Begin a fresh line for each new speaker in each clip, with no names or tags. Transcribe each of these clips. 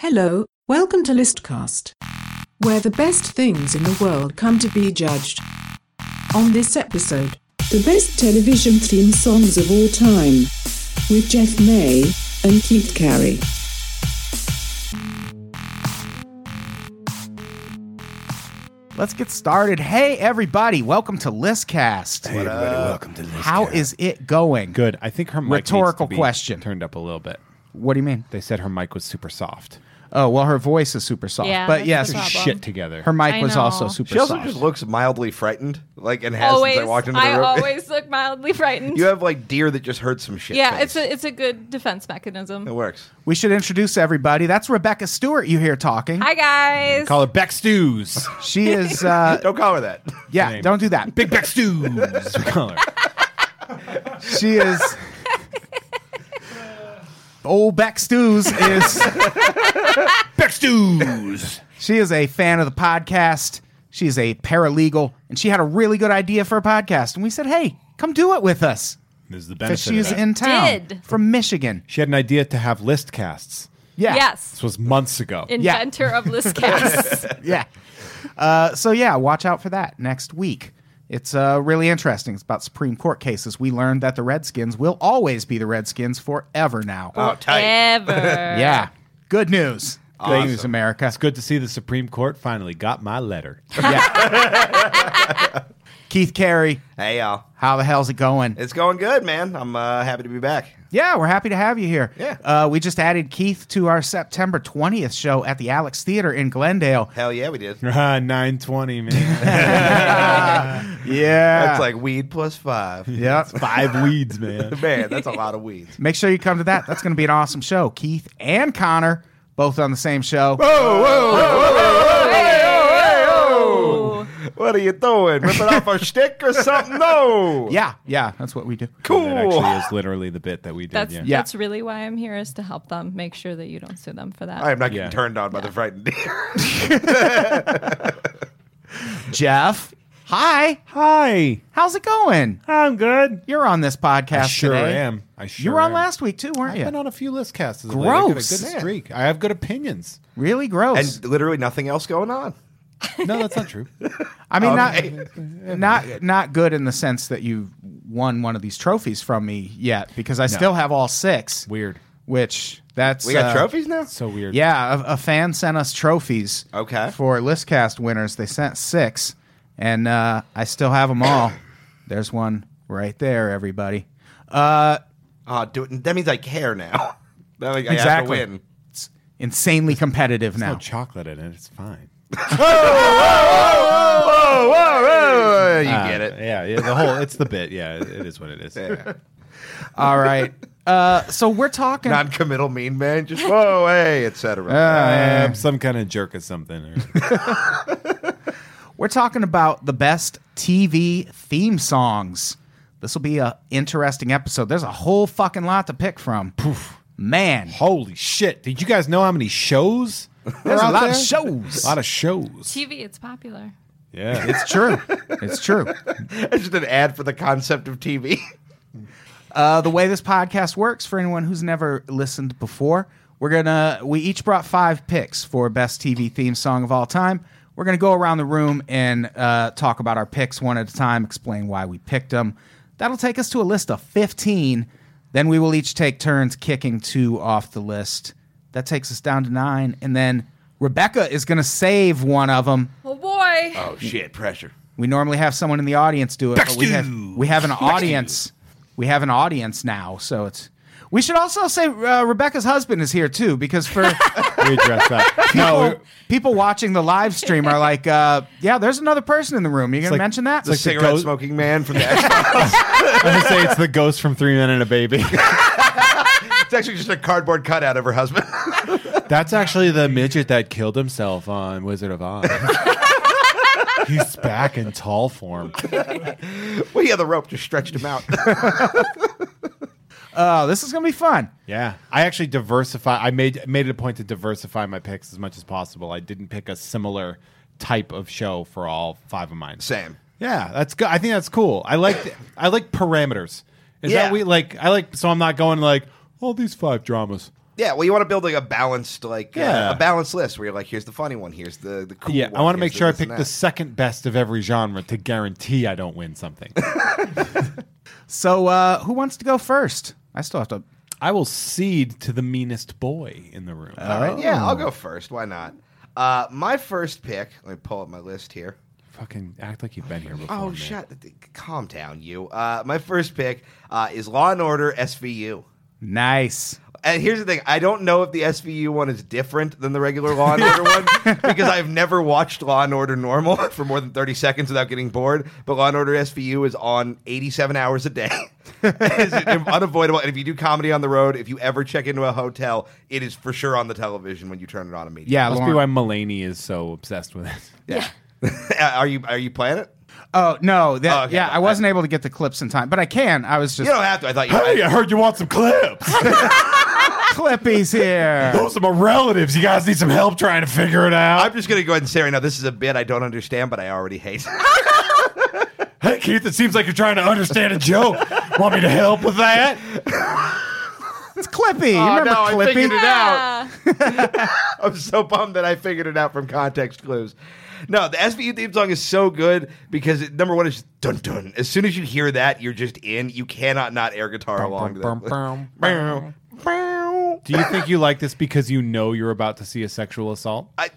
Hello, welcome to Listcast, where the best things in the world come to be judged. On this episode,
The best television theme songs of all time. With Jeff May and Keith Carey.
Let's get started. Hey, everybody. Welcome to Listcast.
Hey, everybody, welcome to List
How
Cast.
is it going?
Good. I think her mic needs to
Rhetorical
be
question.
turned up a little bit.
What do you mean?
They said her mic was super soft.
Oh, well, her voice is super soft.
Yeah,
but
that's
yes,
the
Her
Problem.
shit together.
her mic
I
was also
know.
super
She also
soft.
just looks mildly frightened, like and has
always,
since I walked into the
I
room.
always look mildly frightened.
you have like deer that just heard some shit.
yeah,
face.
it's a it's a good defense mechanism.
it works.
we should introduce everybody. That's Rebecca Stewart you hear talking.
Hi guys.
Call her Beck Stews.
She is, uh,
Don't call her that.
yeah, don't do that.
Big Beck Stews. we call her.
She is. Old Beck Stews is.
Beck Stews.
She is a fan of the podcast. She is a paralegal, and she had a really good idea for a podcast. And we said, hey, come do it with us.
This is the
Because
benefit. of
she's
that.
in town
did.
from Michigan.
She had an idea to have list casts.
Yeah.
Yes.
This was months ago.
Inventor of Listcast.
Yeah. Uh, so yeah, watch out for that next week. It's uh, really interesting. It's about Supreme Court cases. We learned that the Redskins will always be the Redskins forever now.
Oh, tight.
Ever.
yeah. Good news. Good
Awesome.
news, America.
it's good to see the Supreme Court finally got my letter.
Yeah. Keith Carey,
Hey y'all,
how the hell's it going?
it's going good, man. I'm uh, happy to be back.
Yeah, we're happy to have you here.
Yeah.
Uh, we just added Keith to our September 20th show at the Alex Theater in Glendale.
Hell yeah, we did.
Ah, 920, man.
Yeah.
That's like weed plus five.
yeah.
Five weeds, man.
Man, that's a lot of weeds.
Make sure you come to that. That's going to be an awesome show. Keith and Connor both on the same show.
Oh.
What are you doing? Ripping off a stick or something? No.
Yeah, yeah, that's what we do.
That
Cool.
actually is literally the bit that we did.
That's
yeah.
Yeah.
that's really why I'm here is to help them make sure that you don't sue them for that.
I am not getting
Yeah.
turned on by the frightened deer.
Jeff, hi.
Hi.
How's it going?
I'm good.
You're on this podcast
I sure
today.
am. I sure
you were on
am.
last week too, weren't
I've been
you?
on a few list casts. Gross.
Gross.
a good streak. I have good opinions.
Really gross.
and literally nothing else going on.
No, that's not true.
I mean,
Okay.
not not not good in the sense that you won one of these trophies from me yet, because I still have all six.
Weird.
Which that's
We got
uh,
trophies now.
So weird.
Yeah, a, a fan sent us trophies.
Okay.
For Listcast winners, they sent six, and uh, I still have them all. There's one right there, everybody. Uh,
Ah, do it. That means I care now. That means I
exactly.
have to win.
It's insanely competitive
No
now.
chocolate in it. It's fine.
Oh, whoa, whoa, whoa, you
Uh,
get it.
Yeah, yeah. The whole. It's the bit. Yeah, it it is what it is.
all right. Uh, so we're talking.
Non-committal mean man, just whoa, hey, etc.
I am Um, some kind of jerk or something. or-
We're talking about the best TV theme songs. This will be a interesting episode. There's a whole fucking lot to pick from. Man,
Holy shit! Did you guys know how many shows?
There's
are
a
out
lot of
there?
shows.
A lot of shows.
TV, it's popular.
Yeah.
it's true. It's true.
It's just an ad for the concept of TV.
Uh, the way this podcast works for anyone who's never listened before, we're gonna we each brought five picks for best TV theme song of all time. We're gonna go around the room and uh, talk about our picks one at a time, explain why we picked them. That'll take us to a list of fifteen. Then we will each take turns kicking two off the list. That takes us down to nine, and then Rebecca is gonna save one of them.
Oh boy.
Uh,
Oh shit, pressure.
We normally have someone in the audience do it, but we have we have an audience. We have an audience now, so it's. We should also say uh, Rebecca's husband is here too, because for
we dress up. No.
people, people watching the live stream are like, uh, "Yeah, there's another person in the room. You're gonna
like-
mention that?"
it's like the
Cigarette
goat-
smoking man from the X.
I'm gonna say it's the ghost from Three Men and a Baby.
it's actually just a cardboard cutout of her husband.
That's actually the midget that killed himself on Wizard of Oz. He's back in tall form.
well, yeah, the rope just stretched him out.
oh, this is gonna be fun.
Yeah, I actually diversify. I made made it a point to diversify my picks as much as possible. I didn't pick a similar type of show for all five of mine.
Same.
Yeah, that's good. I think that's cool. I like I like parameters. Is
Yeah.
that we like? I like so I'm not going like all these five dramas.
Yeah, well, you want to build like a balanced, like uh,
Yeah.
a balanced list where you're like, here's the funny one, here's the the cool.
Yeah,
one,
I want to
here's
make
the
sure I
this and
pick
that.
the second best of every genre to guarantee I don't win something.
So uh, who wants to go first? I still have to.
I will cede to the meanest boy in the room.
All right, yeah,
Oh.
I'll go first. Why not? Uh, my first pick. Let me pull up my list here.
Fucking act like you've been here before.
Oh,
man.
shut! Calm down, you. Uh, my first pick uh, is Law and Order SVU.
Nice.
And here's the thing: I don't know if the SVU one is different than the regular Law and Order one because I've never watched Law and Order normal for more than thirty seconds without getting bored. But Law and Order SVU is on eighty-seven hours a day. it's unavoidable. And if you do comedy on the road, if you ever check into a hotel, it is for sure on the television when you turn it on immediately.
Yeah,
Must be
Lauren-
why Mulaney is so obsessed with it.
are you are you playing it?
Oh no, that,
Oh, okay.
yeah, I wasn't able to get the clips in time, but I can. I was just
You don't have to. I thought you.
I heard you want some clips.
Clippy's here.
Those are my relatives. You guys need some help trying to figure it
I'm
out.
just gonna go ahead and say right now, this is a bit I don't understand, but I already hate.
hey, Keith, it seems like you're trying to understand a joke. want me to help with that?
It's Clippy. you remember
no, I
Clippy?
figured it out.
Ah,
I'm so bummed that I figured it out from context clues. No, the SVU theme song is so good because it, number one is dun dun. As soon as you hear that, you're just in. You cannot not air guitar along to that.
Do you think you like this because you know you're about to see a sexual assault?
I-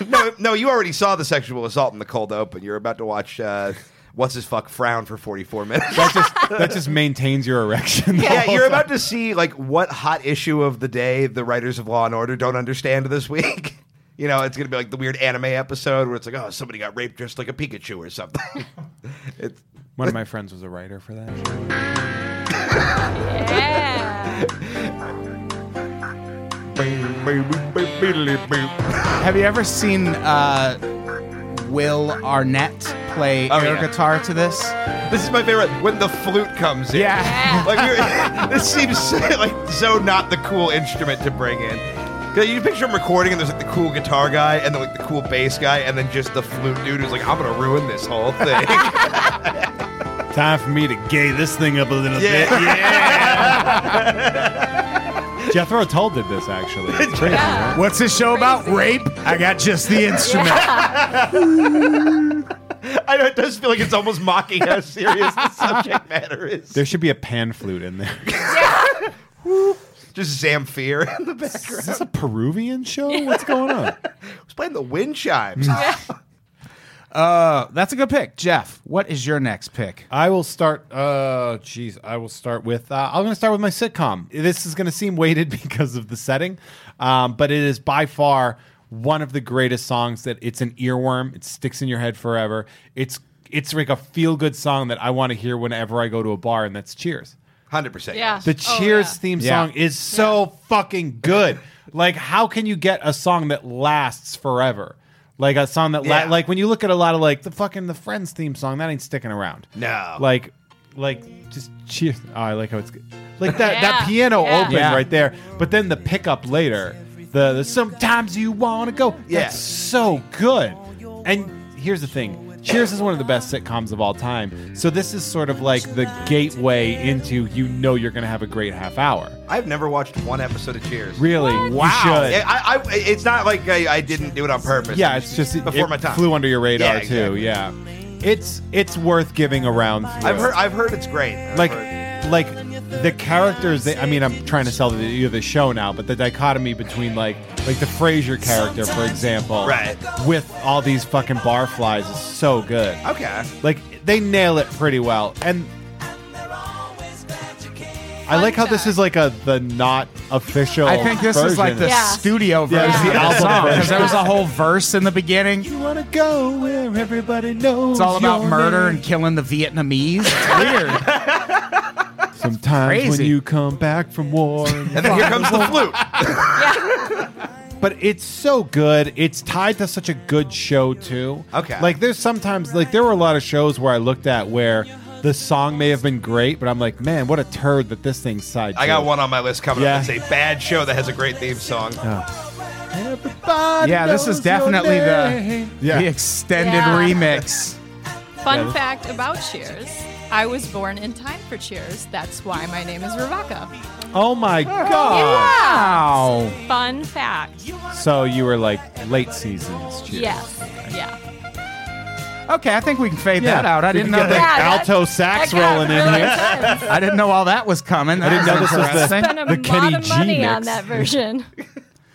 no, no, you already saw the sexual assault in the cold open. You're about to watch uh, what's his fuck frown for 44 minutes.
That just that just maintains your erection. the
yeah,
whole
you're
time.
about to see like what hot issue of the day the writers of Law and Order don't understand this week. You know, it's gonna be like the weird anime episode where it's like, oh, somebody got raped dressed like a Pikachu or something. it's
One of my friends was a writer for that.
yeah.
Have you ever seen uh, Will Arnett play
Oh,
air
yeah.
guitar to this?
This is my favorite when the flute comes in.
Yeah.
like we were, this seems so, like so not the cool instrument to bring in. 'Cause you picture him recording, and there's like the cool guitar guy, and then like the cool bass guy, and then just the flute dude who's like, "I'm gonna ruin this whole thing." yeah,
Time for me to gay this thing up a little bit. Jethro Tull did this actually. It's crazy.
Yeah.
What's this show about? Rape? I got just the instrument.
I know it does feel like it's almost mocking how serious the subject matter is.
There should be a pan flute in there.
Just Zamfir in the background.
Is this a Peruvian show? What's going on?
Who's playing the wind chimes?
Uh, that's a good pick, Jeff. What is your next pick?
I will start. Uh, jeez, I will start with. Uh, I'm going to start with my sitcom. This is going to seem weighted because of the setting, um, but it is by far one of the greatest songs. That it's an earworm. It sticks in your head forever. It's it's like a feel good song that I want to hear whenever I go to a bar, and that's Cheers.
Hundred percent.
Yeah.
The
Oh,
Cheers
yeah.
theme
Yeah.
song is so fucking good. like, how can you get a song that lasts forever? Like a song that, la-
Yeah.
like, when you look at a lot of like the fucking the Friends theme song, that ain't sticking around.
No.
like, like just Cheers. Oh, I like how it's good. like that that
Yeah.
piano
Yeah.
opens
Yeah.
right there, but then the pickup later. The, the sometimes you want to go.
Yeah.
That's so good. And here's the thing Cheers is one of the best sitcoms of all time. So this is sort of like the gateway into you know you're going to have a great half hour.
I've never watched one episode of Cheers.
Really? You should.
Yeah, I, I, it's not like I, I didn't do it on purpose.
yeah, it's just it,
before
it
my time.
flew under your radar
Yeah,
too.
exactly.
Yeah. It's it's worth giving around.
I've heard. I've heard it's great. I've
like
heard.
like the characters they, i mean i'm trying to sell the, you the show now but the dichotomy between like like the frasier character for example
Right.
with all these fucking barflies is so good
okay.
like they nail it pretty well and i like how this is like a the not official
I think this is like the
Yeah.
studio
Oh, Yeah,
version
it's
the
of the
album
song
version.
because there was a whole verse in the beginning.
you want to go where everybody knows
It's all about
your
murder
name.
and killing the Vietnamese. It's weird.
sometimes
crazy.
when you come back from war and
And then here comes the flute.
but it's so good. It's tied to such a good show too.
Okay.
Like there's sometimes like there were a lot of shows where I looked at where the song may have been great, but I'm like, man, what a turd that this thing's side.
I got one on my list coming
Yeah.
up. It's a bad show that has a great theme song.
Everybody
Yeah, this is
knows your
definitely the
name. yeah.
the extended
Yeah.
remix.
Fun fact about Cheers I was born in time for Cheers. That's why my name is Rebecca.
Oh my god!
Wow.
Fun fact.
So you were like late seasons. Cheers.
Yes. Yeah.
Okay, I think we can fade
Yeah.
that out. I
We
didn't
can
know
get
that.
that
Yeah, that-
alto sax
That got
rolling in
really
here.
intense.
I didn't know all that was coming. I
didn't know this was the-
Spent a
The Kenny
lot of
G
money
mix.
on that version.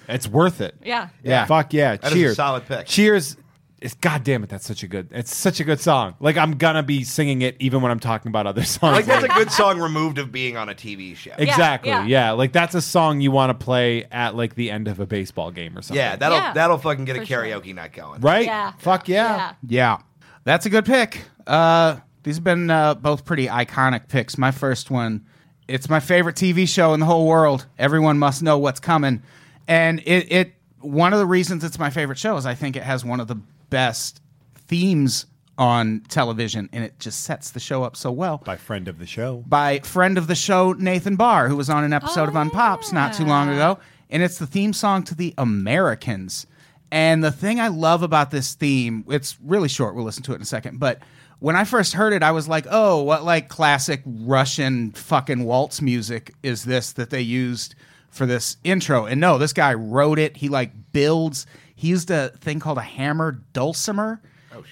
It's worth it.
Yeah.
Yeah. Fuck yeah.
That is a
Cheers.
solid pick.
Cheers. It's, God damn it, that's such a good. It's such a good song. Like I'm gonna be singing it even when I'm talking about other songs.
Like that's a good song removed of being on a TV show.
exactly.
yeah.
Yeah, Like that's a song you want to play at like the end of a baseball game or something.
Yeah, that'll
Yeah,
that'll fucking get a
for sure.
karaoke night going.
right.
Yeah.
Fuck yeah.
Yeah.
Yeah, that's a good pick. Uh, these have been uh, both pretty iconic picks. My first one, it's my favorite TV show in the whole world. Everyone must know what's coming, and it, it one of the reasons it's my favorite show is I think it has one of the best themes on television, and it just sets the show up so well.
By friend of the show.
by friend of the show Nathan Barr, who was on an episode of Unpops not too long ago, and it's the theme song to The Americans. And the thing I love about this theme, it's really short. We'll listen to it in a second, but when I first heard it, I was like, "Oh, what like classic Russian fucking waltz music is this that they used for this intro?" And no, this guy wrote it. He like builds. He used a thing called a hammer dulcimer,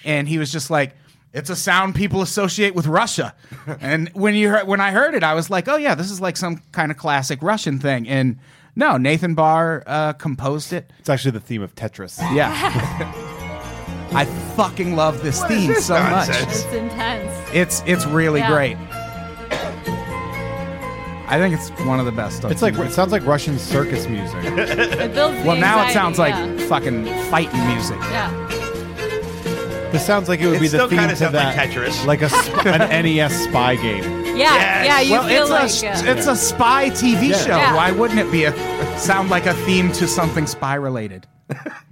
and he was just like, it's a sound people associate with Russia. and when you heard, when I heard it, I was like, oh yeah, this is like some kind of classic Russian thing. And no, Nathan Barr uh, composed it.
It's actually the theme of Tetris.
Yeah, I fucking love this theme so
nonsense?
much.
It's intense.
It's it's really
Yeah.
great. I think it's one of the best. on
It's like
TV.
it sounds like Russian circus music.
It builds the
well, now it
anxiety,
sounds like
Yeah.
fucking fighting music.
yeah.
this sounds like it would
It
be
still
the theme
kinda
to
sounds like
that,
Tetris.
like a sp- an NES spy game.
Yeah.
Yes.
Yeah. You
well,
feel
it's
like.
a
uh,
it's a spy TV
Yeah.
show.
Yeah.
Why wouldn't it be a sound like a theme to something spy related?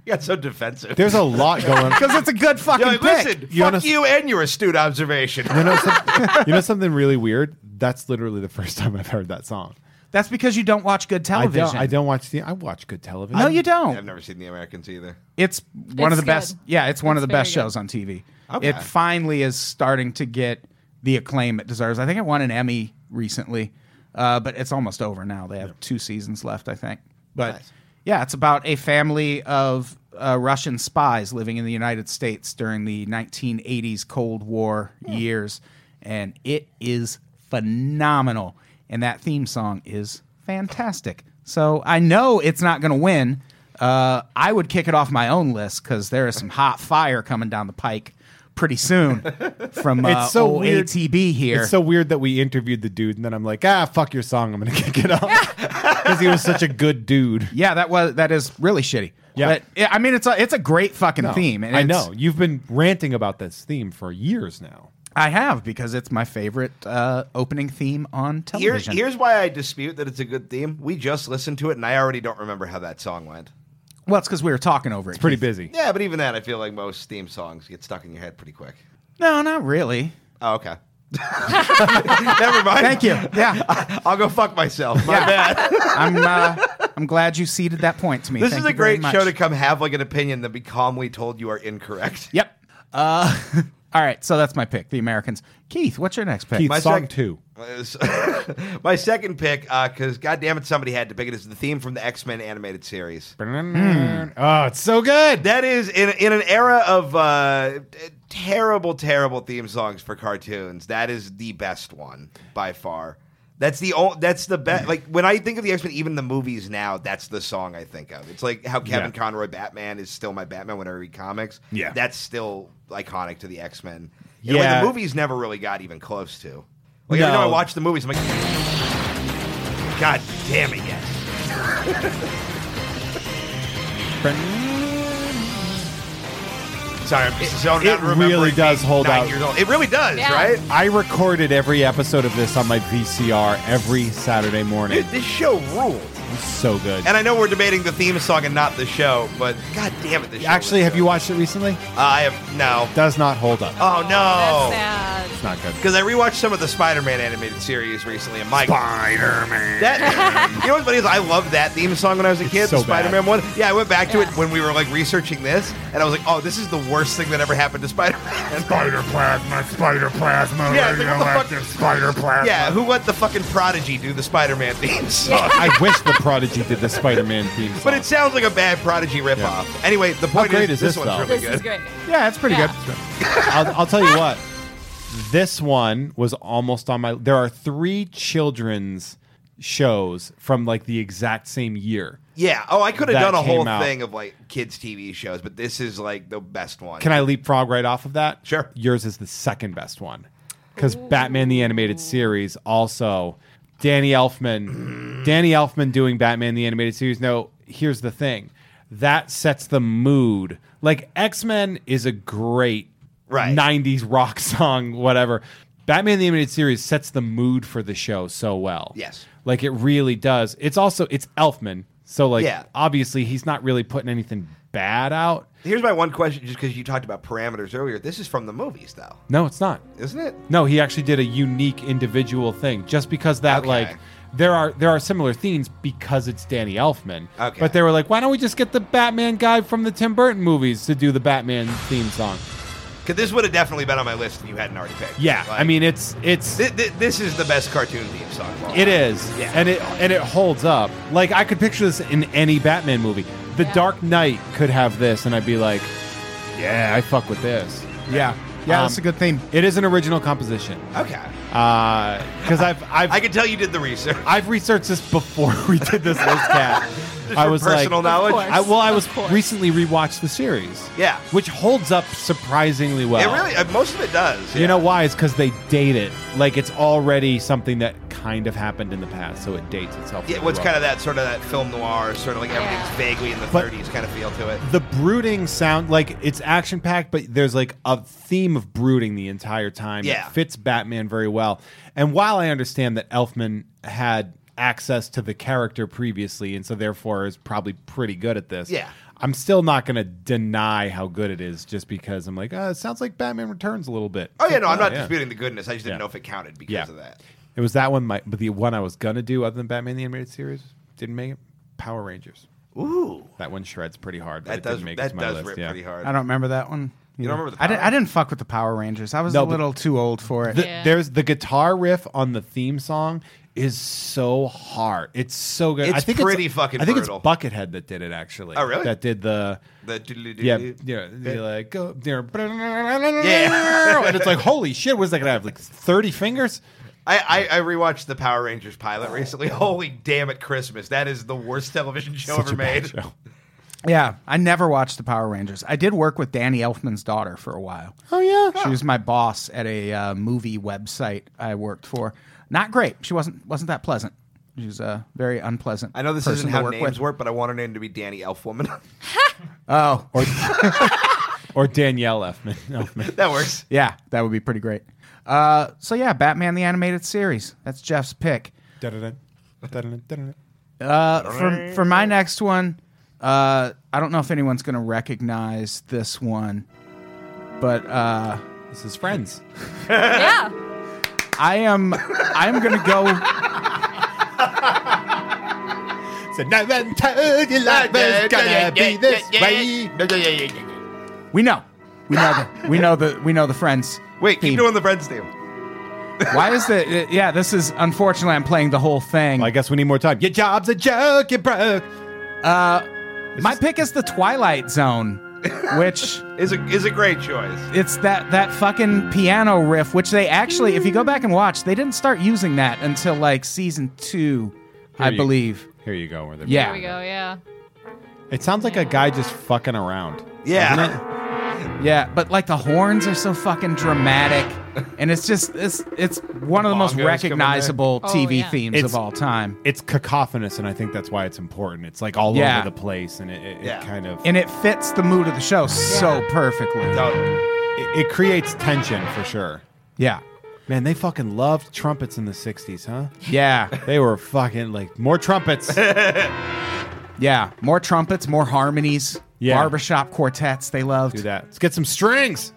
You got so defensive.
There's a lot going.
Because it's a good fucking
Yo, like,
pick.
listen,
You
fuck
wanna-
you and your astute observation.
You know, some- you know something really weird? That's literally the first time I've heard that song.
That's because you don't watch good television.
I don't. I don't watch the. I watch good television.
No, you
I've
don't.
never seen The Americans either.
It's one of
It's
the best.
good.
Yeah, it's one
It's
of the best
very good.
shows on TV.
Okay.
It finally is starting to get the acclaim it deserves. I think it won an Emmy recently, uh, but it's almost over now. They have two seasons left, I think. But
Nice.
yeah, it's about a family of uh, Russian spies living in the United States during the 1980s Cold War years, and it is phenomenal. And that theme song is fantastic. So I know it's not going to win. Uh, I would kick it off my own list because there is some hot fire coming down the pike pretty soon from uh,
It's so
old
weird.
ATB here.
It's so weird that we interviewed the dude, and then I'm like, ah, fuck your song. I'm gonna kick it off because he was such a good dude.
yeah, that was that is really shitty.
Yeah.
but yeah, I mean it's a it's a great fucking
No,
theme. And
I
it's-
know you've been ranting about this theme for years now.
I have because it's my favorite uh, opening theme on
Here's,
television.
here's why I dispute that it's a good theme. We just listened to it, and I already don't remember how that song went.
well, it's because we were talking over it.
Pretty
Keith.
busy.
Yeah, but even that, I feel like most theme songs get stuck in your head pretty quick.
No, not really.
Oh, okay. Never mind.
Thank you. Yeah,
I'll go fuck myself. My
Yeah.
bad.
I'm. Uh, I'm glad you ceded that point to me.
This
Thank
is a
you very
great
much.
show to come have like an opinion, then be calmly told you are incorrect.
Yep. Uh, all right. So that's my pick, The Americans. Keith, what's your next pick?
Keith,
My
song
sec-
two.
Was- my second pick, because God damn it, somebody had to pick it. Is the theme from the X Men animated series.
Oh, it's so good.
That is in in an era of uh, t- terrible, terrible theme songs for cartoons. That is the best one by far. That's the o- that's the
Mm-hmm.
best. Like when I think of the X Men, even the movies now, that's the song I think of. It's like how Kevin
Yeah.
Conroy Batman is still my Batman when I read comics.
Yeah.
that's still iconic to the X Men. yeah,
Yeah.
the movies never really got even close to. Like every
No.
time I watch the movies, I'm like, God damn it, yes. Sorry, I'm just zoned out
it
and remembering
really does
being
hold
nine
out.
Years old. It really does,
Yeah.
right?
I recorded every episode of this on my VCR every Saturday morning.
Dude, this show ruled.
so good.
And I know we're debating the theme song and not the show, but god damn it, this show
Actually,
is
have
good.
you watched it recently? Uh,
Uh, I have no.
Does not hold up.
Oh
That's
no.
sad.
It's not good.
Because I rewatched some of the Spider-Man animated series recently, and Mike Spider-Man. That you know what's funny is I loved that theme song when I was a kid,
so
the
bad.
Spider-Man one. Yeah, I went back to it
Yeah.
when we were like researching this, and I was like, oh, this is the worst thing that ever happened to Spider-Man.
Spider plasma, spider plasma,
Yeah, it's like, what the fuck-
radioactive spider plasma.
yeah, who let the fucking Prodigy do the Spider-Man theme song?
I wish the Prodigy did the Spider-Man theme song.
But it sounds like a bad Prodigy ripoff. Anyway, the point
great is
this
this,
one's
though?
really
This
good.
is great.
Yeah, it's pretty
Yeah.
good.
I'll, I'll tell you what. This one was almost on my. There are three children's shows from like the exact same year.
Yeah. Oh, I could have
That
done a whole
came out.
thing of like kids' TV shows, but this is like the best one.
Can I leapfrog right off of that?
Sure.
Yours is the second best one because Batman the Animated Series also Danny Elfman, Danny Elfman doing Batman the Animated Series. No, here's the thing that sets the mood. Like X Men is a great
Right.
90s rock song, whatever. Batman the Animated Series sets the mood for the show so well.
Yes.
Like it really does. It's also it's Elfman. So like
Yeah.
obviously he's not really putting anything bad out.
Here's my one question, just because you talked about parameters earlier. This is from the movies, though,
No, it's not.
isn't it?
No, he actually did a unique individual thing. Just because that
Okay.
like there are there are similar themes because it's Danny Elfman.
Okay.
But they were like, why don't we just get the Batman guy from the Tim Burton movies to do the Batman theme song?
Because this would have definitely been on my list if you hadn't already picked.
Yeah.
Like,
I mean it's it's
thi- thi- this is the best cartoon theme song. Of all
it
time.
is.
Yeah.
And it and it holds up. Like I could picture this in any Batman movie. The
Yeah.
Dark Knight could have this and I'd be like, Yeah, I fuck with this.
Yeah, yeah,
Um,
that's a good theme.
It is an original composition.
Okay.
Because I've I've
I can tell you did the research.
I've researched this before we did this list cat. I
for
was
personal
like,
knowledge.
course.
I, well, I
Of
was
course.
recently rewatched the series.
Yeah.
which holds up surprisingly well.
It really, uh, most of it does.
You
yeah.
know why? It's because they date it. Like it's already something that kind of happened in the past, so it dates itself.
Yeah,
really
what's
well.
kind of that sort of that film noir, sort of like everything's
Yeah.
vaguely in the
But-
30s kind of feel to it.
the brooding sound like it's action packed but there's like a theme of brooding the entire time that
Yeah.
fits batman very well and while i understand that elfman had access to the character previously and so therefore is probably pretty good at this
Yeah.
i'm still not going to deny how good it is just because i'm like oh it sounds like batman returns a little bit
Oh yeah, no, I'm not
Yeah.
disputing the goodness. I just didn't
Yeah.
know if it counted because
yeah
of that.
it was that one my, but the one i was going to do other than batman the animated series didn't make it power rangers
Ooh,
that one shreds pretty hard but
that
it
does
didn't make it
that
to my
does
list
rip
yeah.
pretty hard.
I don't remember that one.
You don't remember the
I didn't.
Power
I didn't fuck with the Power Rangers. I was
No,
a
but-
little too old for it.
The,
Yeah.
There's the guitar riff on the theme song is so hard. It's so good.
It's
I think
pretty
it's,
fucking
I think
brutal.
it's Buckethead that did it actually.
Oh, really?
That did the
The doodly
yeah
doodly.
yeah
Yeah.
the, like go there
Yeah.
and it's like holy shit. What is that gonna have like thirty fingers?
I, I I rewatched the Power Rangers pilot recently. Holy damn it, Christmas! That is the worst television show
Such
ever
a bad
made.
show.
Yeah, I never watched the Power Rangers. I did work with Danny Elfman's daughter for a while.
Oh yeah.
She was my boss at a uh, movie website I worked for. Not great. She wasn't wasn't that pleasant. She was uh, very unpleasant.
I know this
person
isn't
to
how
work
names
with.
work, but I want her name to be Danny Elfwoman.
Oh,
Or, or Danielle Elfman. Elfman.
that works.
yeah, that would be pretty great. Uh, so yeah, Batman the animated series. That's Jeff's pick.
Dun-dun-dun. Dun-dun-dun. Dun-dun-dun.
Uh, for for my next one, uh, I don't know if anyone's going to recognize this one, but uh,
This is Friends.
Yeah.
I am I'm going to go.
So no one told you life was gonna be this way.
We know, we know the we know the we know the friends.
Wait,
theme.
keep doing the Friends theme.
Why is the yeah? This is unfortunately I'm playing the whole thing.
I guess we need more time. Your job's a joke, you broke.
My pick is the Twilight Zone, which
Is a is a great choice.
it's that that fucking piano riff, which they actually, if you go back and watch, they didn't start using that until like season two, I
you-
believe.
Here you go. Where they're
Yeah.
There we go. Yeah.
It sounds like a guy just fucking around.
Yeah.
Isn't it?
Yeah, but like the horns are so fucking dramatic, and it's just it's it's one of the most
Bongos come in there.
recognizable
Oh,
TV
yeah.
themes
It's-
of all time.
It's cacophonous, and I think that's why it's important. It's like all
Yeah.
over the place, and it, it, it
Yeah.
kind of
And it fits the mood of the show so perfectly.
Totally.
it, it creates tension for sure.
Yeah.
Man, they fucking loved trumpets in the 60s, huh?
Yeah,
They were fucking like, more trumpets.
yeah. More trumpets, more harmonies,
Yeah.
barbershop quartets. They loved
Do that. Let's get some strings.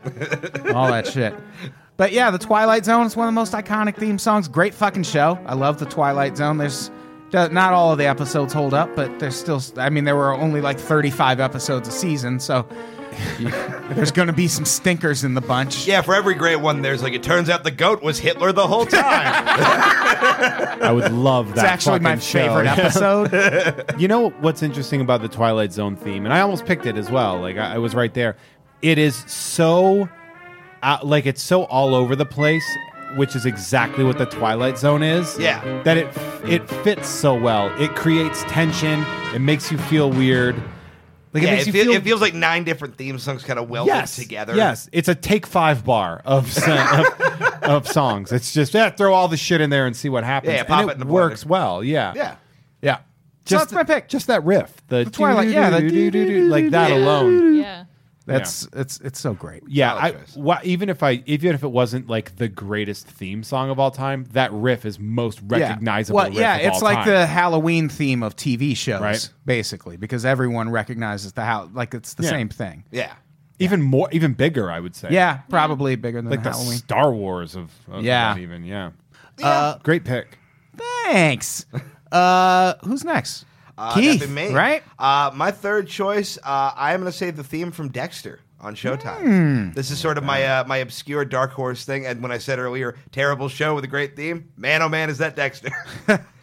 all that shit. But yeah, the Twilight Zone is one of the most iconic theme songs. Great fucking show. I love the Twilight Zone. There's not all of the episodes hold up, but there's still. I mean, there were only like 35 episodes a season, so there's going to be some stinkers in the bunch.
Yeah, for every great one, there's like, it turns out the goat was Hitler the whole time.
I would love
it's
that.
actually my
fucking show.
favorite
Yeah.
episode.
You know what's interesting about the Twilight Zone theme, and I almost picked it as well. Like I, I was right there. It is so, uh, like it's so all over the place, which is exactly what the Twilight Zone is.
Yeah.
that it it fits so well. It creates tension. It makes you feel weird. Like
yeah,
it
it,
makes you
feel-
feel.
it feels like nine different theme songs kind of welded
yes
together.
Yes, it's a take five bar of so- of, of songs. It's just yeah, throw all the shit in there and see what happens.
Yeah, pop
and
it in the blender.
works well. Yeah,
Yeah.
yeah.
that's my pick.
Just that riff, the,
Twilight, yeah, the
doo-doo-doo-doo, like that
Yeah.
alone.
Yeah.
That's it's it's so great.
Yeah,
Solid
I,
choice.
wha- even if I even if it wasn't like the greatest theme song of all time, that riff is most recognizable.
Well,
riff
yeah,
of
it's
all
like
time.
the Halloween theme of TV shows,
Right.
basically, because everyone recognizes the how like it's the
Yeah.
same thing.
Yeah.
even more even bigger, I would say.
Yeah, probably bigger than
like the
Halloween.
Star Wars of, of
Yeah.
yeah, even yeah. Uh, Great pick.
Thanks. Uh, who's next?
Uh,
Keith,
that'd be me.
right?
Uh, my third choice, uh, I am going to say the theme from Dexter on Showtime.
Hmm.
This is sort of my uh, my obscure dark horse thing. And when I said earlier, terrible show with a great theme, man, oh man, is that Dexter?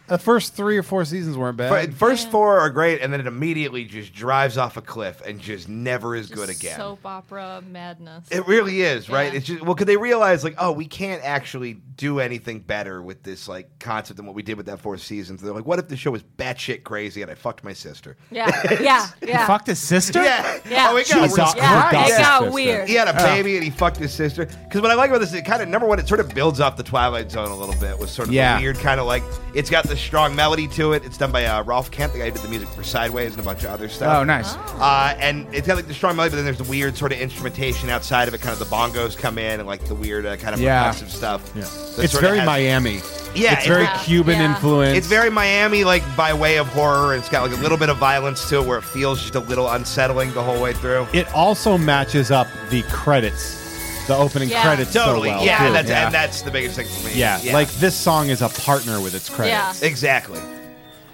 The first three or four seasons weren't bad.
But first four are great, and then it immediately just drives off a cliff and just never is good
Just
again.
Soap opera madness.
It really is, right?
Yeah.
It's just well, because they realize like, oh, we can't actually do anything better with this like concept than what we did with that fourth season. So they're like, what if the show was batshit crazy and I fucked my sister?
yeah. Yeah. Yeah.
Fucked his sister?
Yeah,
Yeah.
Oh, it
She
got
was
real-
awesome.
Yeah.
Christ.
It got
Yeah.
weird.
He had a baby and he fucked his sister. Because what I like about this, is it kind of number one, it sort of builds off the Twilight Zone a little bit with sort of the
Yeah.
weird kind of like it's got the strong melody to it. It's done by uh, Rolf Kent, the guy who did the music for Sideways and a bunch of other stuff.
Oh, nice.
Uh, and it's got like the strong melody, but then there's the weird sort of instrumentation outside of it. Kind of the bongos come in and like the weird uh, kind of
Yeah.
percussive stuff.
yeah.
that
It's
sort of
very
has-
Miami.
Yeah,
it's very
it's-
Cuban
Yeah.
influence.
It's very Miami, like by way of horror. and It's got like a little bit of violence to it, where it feels just a little unsettling the whole way through.
It also matches up the credits, the opening
Yeah.
credits. so
Totally,
well,
yeah,
too.
that's,
Yeah.
and that's the biggest thing for me.
yeah. Like this song is a partner with its credits.
exactly.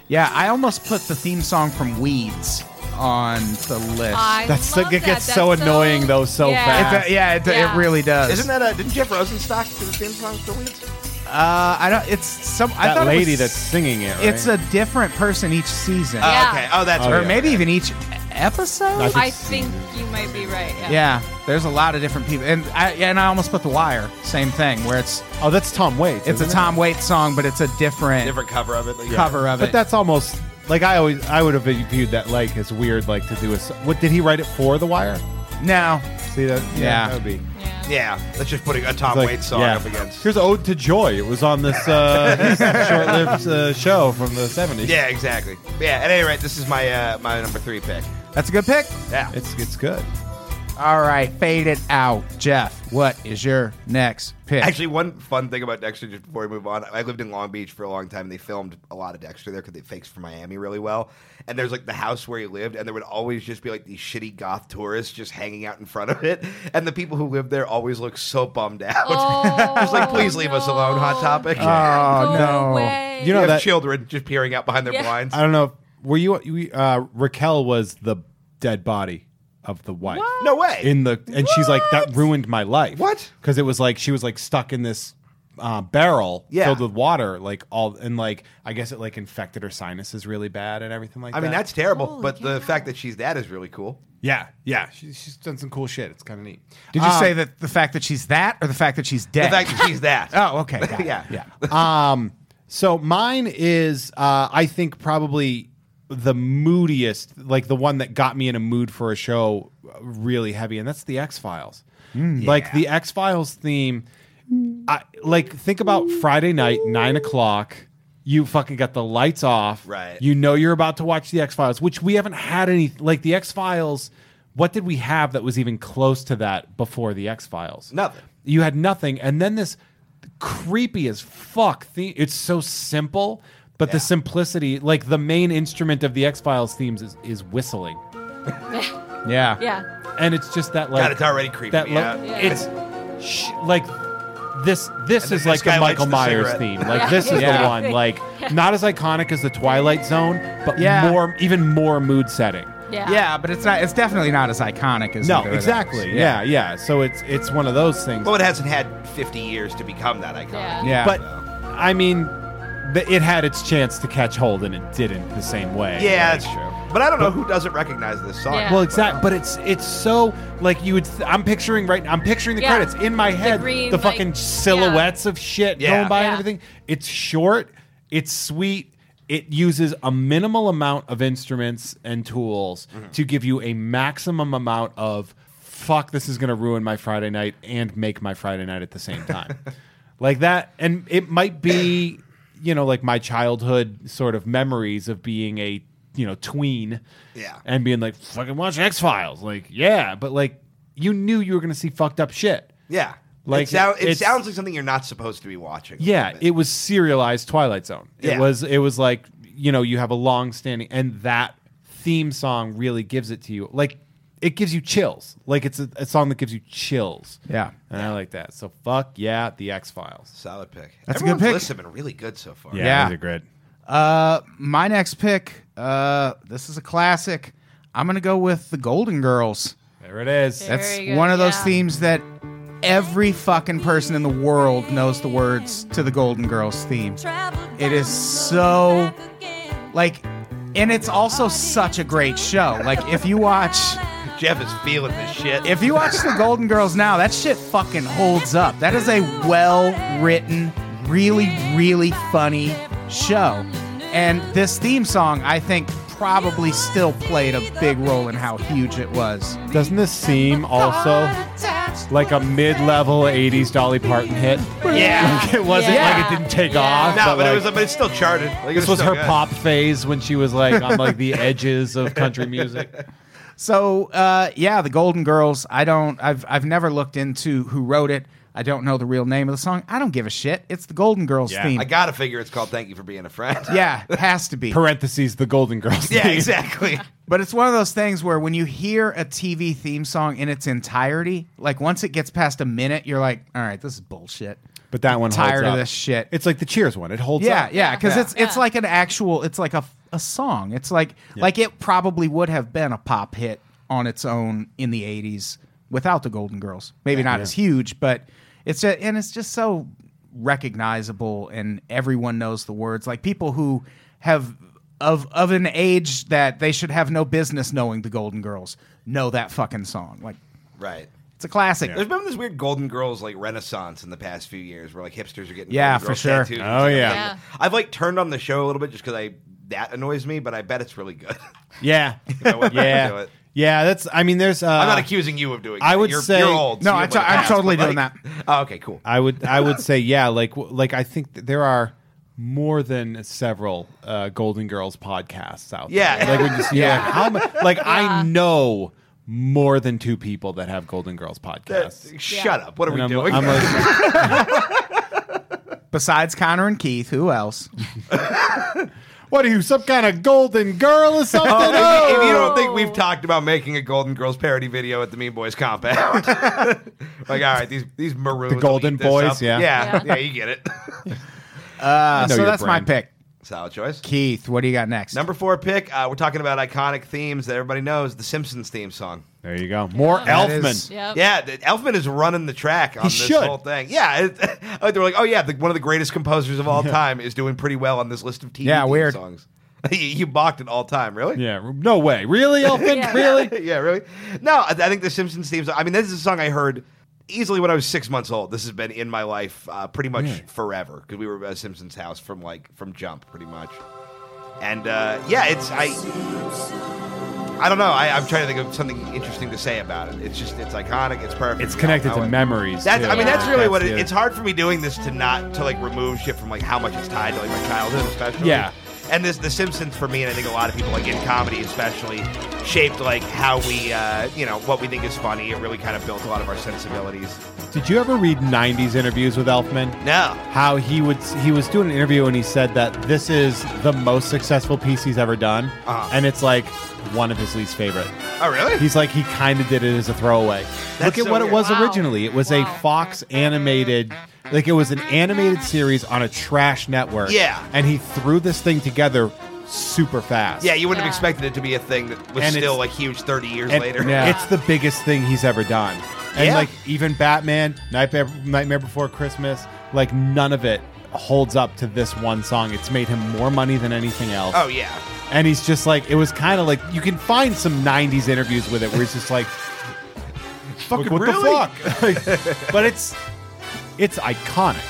Yeah, I almost put the theme song from Weeds on the list.
I
That's so-
love
it
that.
gets
That's
so annoying, though, so
yeah.
fast.
It- yeah, it,
Yeah.
it really does.
Isn't that a didn't Jeff Rosenstock do the theme song for Weeds?
Uh, I don't. It's some. I
That
thought it
lady
was-
that's singing it. Right?
It's a different person each season,
Oh,
Yeah.
okay. Oh, that's
Oh,
right.
or
yeah.
maybe even each episode.
I think-
I think you might be right. Yeah.
yeah, there's a lot of different people, and I yeah, and I almost put the wire. Same thing, where it's
oh, that's Tom Waits.
it's a
isn't it?
Tom Waits song, but it's a different,
Different cover of it. like-
cover of
But
it.
that's almost like I always I would have viewed that like as weird. Like to do a s- what did he write it for? The Wire.
no.
See that?
Yeah.
that would be.
Yeah.
Yeah, that's just putting a Tom
Like,
Waits song
yeah.
up against.
Here's Ode to Joy. It was on this uh, short-lived uh, show from the '70s.
Yeah, exactly. Yeah. At any rate, this is my uh, my number three pick.
That's a good pick.
Yeah.
it's it's good.
All right, fade it out, Jeff. What is your next pick?
Actually, one fun thing about Dexter, just before we move on, I lived in Long Beach for a long time. And they filmed a lot of Dexter there because they fakes for Miami really well. And there's like the house where he lived, and there would always just be like these shitty goth tourists just hanging out in front of it. And the people who lived there always looked so bummed out.
Oh,
just like, please leave us alone, Hot Topic.
Oh,
Go
no.
away.
Uh, You
you
know
have
that-
children just peering out behind their
Yeah.
blinds.
I don't know. if- Were you? you, Uh, Raquel was the dead body of the wife.
No way.
In the and she's like that ruined my life.
What?
Because it was like she was like stuck in this uh, barrel
Yeah.
filled with water, like all and like I guess it like infected her sinuses really bad and everything like
I
that.
mean, that's terrible,
Holy
but the
cow.
fact that she's that is really cool.
yeah, yeah. She's she's done some cool shit. It's kind of neat. Uh,
Did you say that the fact that she's that, or the fact that she's
The
dead?
fact that she's that.
oh, okay. got it.
yeah.
yeah.
Um, so mine is, uh, I think, probably the moodiest, like the one that got me in a mood for a show really heavy, and that's the X Files. Like the X Files theme. I, like think about Friday night, nine o'clock. You fucking got the lights off.
Right.
You know you're about to watch the X Files, which we haven't had any. Like the X Files, what did we have that was even close to that before the X Files?
Nothing.
You had nothing, and then this creepy as fuck theme. It's so simple, but the simplicity, like the main instrument of the X Files themes, is, is whistling,
Yeah.
yeah.
and it's just that like
God, it's already creeping
That
me
lo-
out.
Yeah.
it's sh- like this. This
then
is
this
like
guy
the Michael
lights the
Myers
cigarette.
theme. Like
Yeah.
this is
Yeah.
the one. Like not as iconic as the Twilight Zone, but
Yeah.
more, even more mood setting.
Yeah.
Yeah, but it's not. It's definitely not as iconic as.
No,
either of those.
exactly. Yeah. yeah, So it's it's one of those things.
Well, it hasn't had 50 years to become that iconic.
Yeah.
Yeah.
but I mean, th- it had its chance to catch hold, and it didn't the same way.
Yeah,
Like,
that's true. But I don't know who doesn't recognize this song.
Yeah.
Well, exactly, but it's it's so like you would. Th- I'm picturing right. I'm picturing the
Yeah.
credits in my head.
green,
the
like,
fucking silhouettes of shit
Yeah.
going by
Yeah.
and everything. It's short. It's sweet. It uses a minimal amount of instruments and tools to give you a maximum amount of fuck. This is going to ruin my Friday night and make my Friday night at the same time, like that. And it might be, you know, like my childhood sort of memories of being a you know tween
Yeah.
and being like, fucking watch X Files. Like, yeah, but like, you knew you were going to see fucked up shit.
Yeah.
Like,
it, sound, it
it's-
sounds like something you're not supposed to be watching.
Yeah, it was serialized Twilight Zone.
Yeah.
It was, it was like, you know, you have a long standing, and that theme song really gives it to you. Like, it gives you chills. Like, it's a, a song that gives you chills.
Yeah.
And I like that. So, fuck yeah, The X Files.
Solid pick.
That's a good
Everyone's
pick.
list have been really good so far.
Yeah.
these are great.
Uh, my next pick. Uh, this is a classic. I'm gonna go with the Golden Girls.
There it is.
There
That's
you go,
one of those
yeah.
themes that every fucking person in the world knows the words to the Golden Girls theme. It is so like, and it's also such a great show. Like if you watch.
Jeff is feeling this shit.
If you watch the Golden Girls now, that shit fucking holds up. That is a well written, really, really funny show. And this theme song, I think, probably still played a big role in how huge it was.
Doesn't this seem also like a mid-level '80s Dolly Parton hit?
Yeah.
Like, it wasn't
Yeah.
like it didn't take
Yeah.
off.
no, but, it
like,
was, but it's still charted. Like, it
This was
still
her
good.
pop phase when she was like on like the edges of country music.
So uh, yeah, the Golden Girls. I don't. I've I've never looked into who wrote it. I don't know the real name of the song. I don't give a shit. It's the Golden Girls
Yeah.
theme.
I gotta figure it's called "Thank You for Being a Friend."
yeah, it has to be.
Parentheses, the Golden Girls.
yeah,
theme.
exactly.
But it's one of those things where when you hear a TV theme song in its entirety, like once it gets past a minute, you're like, all right, this is bullshit.
But that one holds
Tired of
up.
this shit.
It's like the Cheers one. It holds
yeah,
up.
yeah, because
Yeah.
it's it's like an actual, it's like a, a song. It's like like it probably would have been a pop hit on its own in the '80s without the Golden Girls. Maybe not as huge, but it's just, and it's just so recognizable, and everyone knows the words. Like people who have of of an age that they should have no business knowing the Golden Girls know that fucking song. Like
right.
it's a classic.
There's been this weird Golden Girls like renaissance in the past few years, where like hipsters are getting
Yeah,
Golden
for
Girls
sure.
tattoos and
Oh,
stuff.
yeah.
Yeah.
I've like turned on the show a little bit just because I that annoys me, but I bet it's really good.
Yeah,
I wouldn't do
yeah,
it.
yeah. That's. I mean, there's. Uh,
I'm not accusing you of doing.
I
that.
would
you're,
say-
you're old.
No,
you
I
have,
to-
like, a
I'm
past,
totally
but,
doing
like- Oh, okay, cool.
I would I would say yeah like w- like I think that there are more than several uh, Golden Girls podcasts out
Yeah.
there. Like when you see yeah. like how mu- like I know more than two people that have Golden Girls podcasts.
Shut up! What are
And
we
I'm-
doing?
I'm like,
Besides Connor and Keith, who else?
what are you, some kind of golden girl or something?
Oh, if, you- if you don't think we've talked about making a Golden Girls parody video at the Mean Boys compound, like all right, these these maroons,
The Golden
eat this
Boys,
up.
yeah.
yeah,
Yeah.
yeah, you get it.
Uh,
know
so
your
that's my
brand.
pick.
Solid choice.
Keith, what do you got next?
Number four pick. Uh, we're talking about iconic themes that everybody knows. The Simpsons theme song.
There you go. More
That
Elfman.
is-
Yep.
Yeah, the, Elfman is running the track on
He
this
should.
whole thing. Yeah, it, they're like, oh yeah, the, one of the greatest composers of all time is doing pretty well on this list of TV
Yeah,
theme
weird.
songs. you, you balked at all time, really?
Yeah. No way. Really, Elfman?
Yeah.
Really?
yeah, really? No, I, I think the Simpsons theme song. I mean, this is a song I heard easily when I was six months old. This has been in my life uh, pretty much forever because we were at a Simpsons house from like from jump, pretty much. And uh, yeah, it's I. I don't know. I, I'm trying to think of something interesting to say about it. It's just it's iconic. It's perfect.
It's connected
I
to
don't know it.
memories.
That's,
too.
I mean, that's really what it,
the-
it's hard for me doing this to not to like remove shit from like how much it's tied to like my childhood, especially.
Yeah.
and And this, The Simpsons, for me, and I think a lot of people, like in comedy especially, shaped like how we, uh, you know, what we think is funny. It really kind of built a lot of our sensibilities.
Did you ever read '90s interviews with Elfman?
No.
how he would he was doing an interview and he said that this is the most successful piece he's ever done,
Uh-huh.
and it's like one of his least favorite.
Oh, really?
He's like he kind of did it as a throwaway.
That's
Look at
so
what
weird.
it was
Wow.
originally. It was
Wow.
a Fox animated, like it was an animated series on a trash network.
Yeah.
and he threw this thing together super fast.
yeah, you wouldn't have
Yeah.
expected it to be a thing that was
And
still
it's-
like huge 30 years
And
later.
yeah. It's the biggest thing he's ever done. And
Yeah.
like even Batman, Nightmare, Nightmare Before Christmas, like none of it holds up to this one song. It's made him more money than anything else.
Oh, yeah.
And he's just like, it was kind of like, you can find some 90s interviews with it where he's just like,
Fucking
what
really?
the fuck? but it's, it's iconic.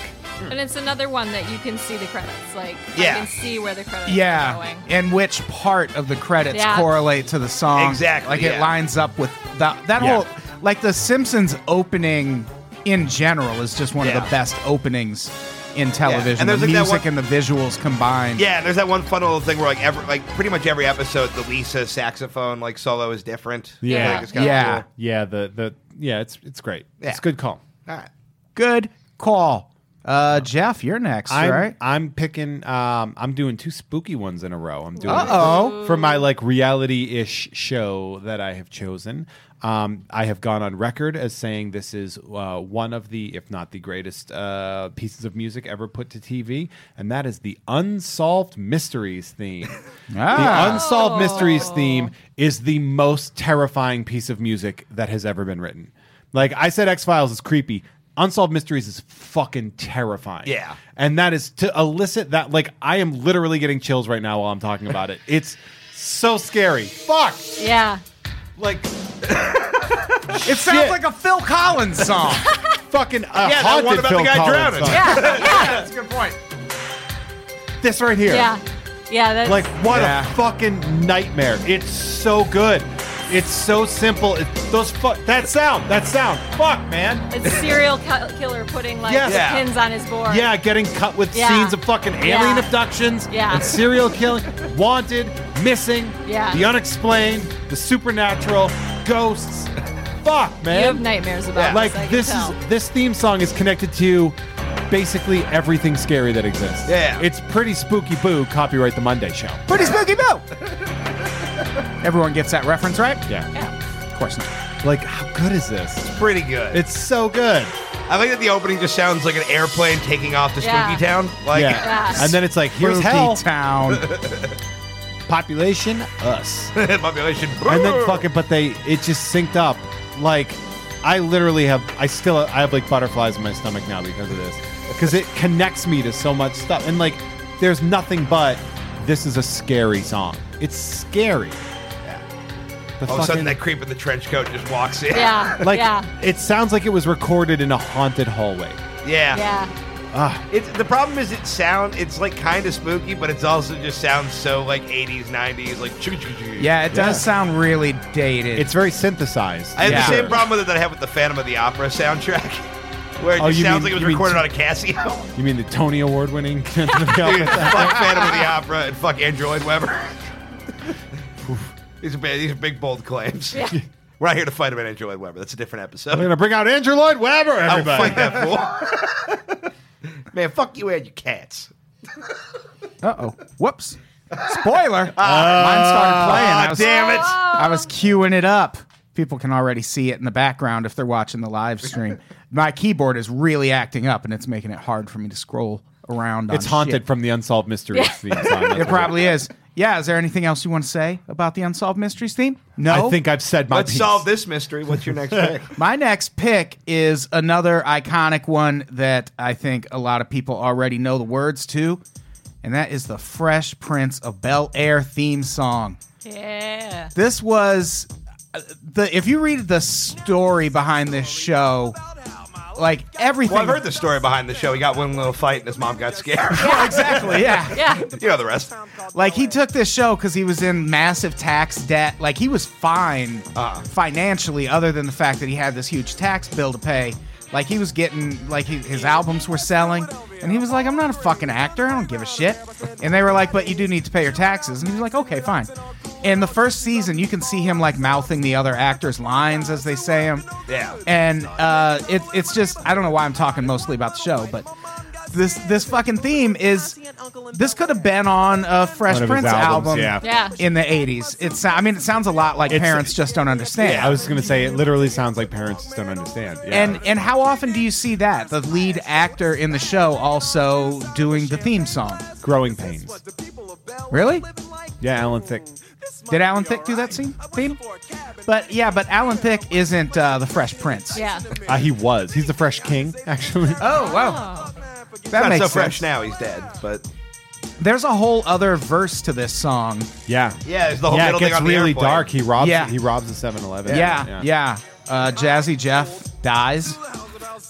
And it's another one that you can see the credits. Like,
Yeah.
I can see where the credits are
Yeah,
going.
and which part of the credits
Yeah.
correlate to the song?
Exactly,
like
yeah.
it lines up with that. That
Yeah.
whole like the Simpsons opening in general is just one of
Yeah.
the best openings in television.
And
the
there's, like, that
music and
one-
the visuals combined.
Yeah, and there's that one fun little thing where like every like pretty much every episode the Lisa saxophone like solo is different.
Yeah.
I think it's kinda
Yeah.
cool.
Yeah, the, the, yeah, it's, it's great.
Ah. Yeah.
It's a good call.
All right.
good call. Uh, Jeff, you're next,
I'm,
right?
I'm picking. Um, I'm doing two spooky ones in a row. I'm doing.
Uh-oh.
For my like reality ish show that I have chosen, um, I have gone on record as saying this is uh, one of the, if not the greatest, uh, pieces of music ever put to TV, and that is the Unsolved Mysteries theme.
Ah.
The Unsolved Mysteries
Oh.
theme is the most terrifying piece of music that has ever been written. Like I said, X Files is creepy. Unsolved Mysteries is fucking terrifying.
Yeah.
And that is to elicit that. Like, I am literally getting chills right now while I'm talking about it. It's so scary. Fuck.
Yeah.
Like,
It sounds like a Phil Collins song.
fucking. A
that
haunted
one about the
Phil
guy
Collins
drowning.
song.
Yeah. Yeah.
That's a good point.
This right here.
Yeah. Yeah. That's,
Like, what
Yeah.
a fucking nightmare. It's so good. It's so simple. It, those fuck. That sound. That sound. Fuck, man.
it's serial ki- killer putting like
Yes.
the
Yeah.
pins on his board.
Yeah, getting cut with
Yeah.
scenes of fucking alien
Yeah.
abductions
Yeah.
and serial killing, wanted, missing,
Yeah.
the unexplained, the supernatural, ghosts. Fuck, man.
You have nightmares about this,
Like
I can
this
tell.
is this theme song is connected to basically everything scary that exists.
Yeah.
It's pretty spooky boo, copyright the Monday show.
Pretty spooky boo. Everyone gets that reference, right?
Yeah.
Of course not.
Like how good is this?
Pretty good.
It's so good.
I like that the opening just sounds like an airplane taking off to
Yeah.
Spooky Town. Like
yeah.
Yeah.
And then it's like here's
Spooky
hell
town.
population us.
population.
and then fucking but they it just synced up like i literally have i still i have like butterflies in my stomach now because of this because it connects me to so much stuff and like there's nothing but this is a scary song it's scary The
all of a sudden
fucking-
that creep in the trench coat just walks in.
Yeah.
like
yeah.
it sounds like it was recorded in a haunted hallway
Yeah.
Yeah.
It's the problem is it sound it's like kind of spooky, but it's also just sounds so like 80s, 90s, like choo choo choo.
Yeah, it does sound really dated.
it's very synthesized
I had
Yeah.
the same problem with it that I had with the Phantom of the Opera soundtrack, where it
Oh,
just
you
sounds
mean- you
like it was
mean
recorded
t-
on a Casio.
you mean the tony award winning
Dude, fuck Phantom of the Opera and fuck Android Weber. these are big, these are big bold claims.
Yeah.
We're not here to fight about Android Weber. That's a different episode.
i'm gonna bring out andrew lloyd webber
I'll
everybody
fight that fool. Man, fuck you and your cats.
Uh oh. Whoops. Spoiler. Mine started playing. I was,
damn it.
I was queuing it up. People can already see it in the background if they're watching the live stream. My keyboard is really acting up, and it's making it hard for me to scroll around. on
it's haunted
shit.
from the unsolved mysteries theme song That's
It
what it is.
probably is. Yeah. Is there anything else you want to say about the unsolved mysteries theme? No.
I think I've said my
Let's
piece.
solve this mystery. What's your next pick?
My next pick is another iconic one that I think a lot of people already know the words to, and that is the Fresh Prince of Bel Air theme song.
Yeah.
This was uh, the if you read the story behind this show, like everything.
Well, I've heard the story behind the show. He got one little fight and his mom got scared.
exactly. Yeah.
Yeah.
you know the rest.
Like he took this show because he was in massive tax debt. Like he was fine uh,
Uh-huh.
financially, other than the fact that he had this huge tax bill to pay. Like he was getting like he, his albums were selling, and he was like, "I'm not a fucking actor. I don't give a shit." And they were like, "But you do need to pay your taxes." And he was like, "Okay, fine." And the first season, you can see him like mouthing the other actors' lines as they say them.
Yeah.
And uh, it, it's just I don't know why I'm talking mostly about the show, but this this fucking theme is this could have been on a Fresh
One of his
Prince
albums,
album
yeah.
Yeah.
in the 80s. It's I mean it sounds a lot like
It's-
parents just don't understand.
I was going to say it literally sounds like parents just don't understand. Yeah.
and and how often do you see that the lead actor in the show also doing the theme song?
growing pains.
Really?
Yeah, Alan Thick.
Did Alan Thicke do that scene theme? But yeah, but Alan Thicke isn't uh, the Fresh Prince.
Yeah.
Uh, he was. He's the Fresh King, actually.
Oh wow, that
Not
makes
so
sense.
fresh now. He's dead, but
There's a whole other verse to this song.
yeah.
yeah, it's the whole
yeah,
middle
it gets
thing on the
really
airplane.
dark. He robs.
Yeah.
He robs the 7-Eleven.
Yeah, yeah. Uh, Jazzy Jeff dies.
I was-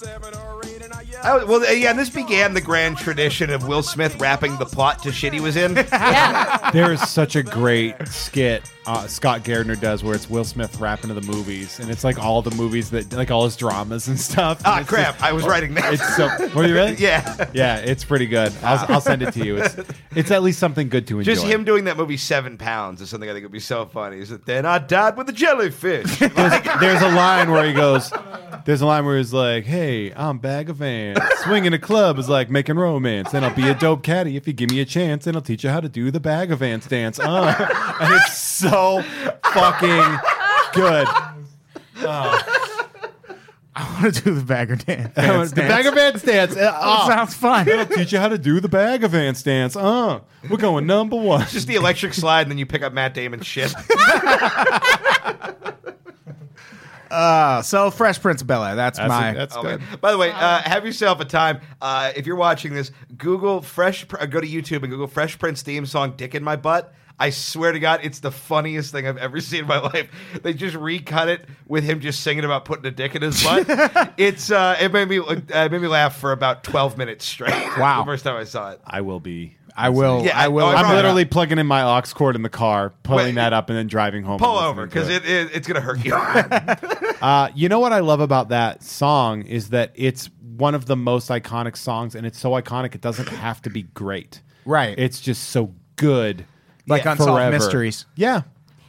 Oh, well, uh, yeah, and this began the grand tradition of Will Smith rapping the plot to shit he was in.
Yeah.
There is such a great skit uh, Scott Gardner does where it's Will Smith rapping to the movies, and it's like all the movies that, like all his dramas and stuff.
Ah,
And it's
crap, I was writing that.
It's so. Were you really?
yeah.
Yeah, it's pretty good. I'll, I'll send it to you. It's, it's at least something good to enjoy.
Just him doing that movie Seven Pounds is something I think would be so funny. Is that then I died with a jellyfish?
There's, there's a line where he goes. There's a line where he's like, "Hey, I'm bag of ants. Swinging a club is like making romance, and I'll be a dope caddy if you give me a chance, and I'll teach you how to do the bag of ants dance." Uh. And it's so fucking good.
I want to do the bagger dance. Oh.
the bag of ants dance. Uh, uh.
sounds fun.
It'll teach you how to do the bag of ants dance. Uh, we're going number one.
Just the electric slide, and then you pick up Matt Damon's shit.
Uh, so Fresh Prince of Bel Air. That's,
That's,
my.
that's
Oh,
good.
man. By the way, uh, have yourself a time. Uh, if you're watching this, Google Fresh. Pr- uh, Go to YouTube and Google Fresh Prince theme song "Dick in My Butt." I swear to God, it's the funniest thing I've ever seen in my life. They just recut it with him just singing about putting a dick in his butt. it's uh, it made me uh, it made me laugh for about twelve minutes straight.
Wow.
the first time I saw it.
I will be.
I will.
Yeah,
I will.
oh, I
look
brought
I'm
it
it
literally
up.
plugging in my aux cord in the car, pulling
Wait.
that up, and then driving home.
Pull
and
over
listening to
because
it.
it, it it's gonna hurt you.
Uh, you know what I love about that song is that it's one of the most iconic songs, and it's so iconic it doesn't have to be great.
Right.
It's just so good.
Like Unsolved
forever.
Mysteries.
Yeah.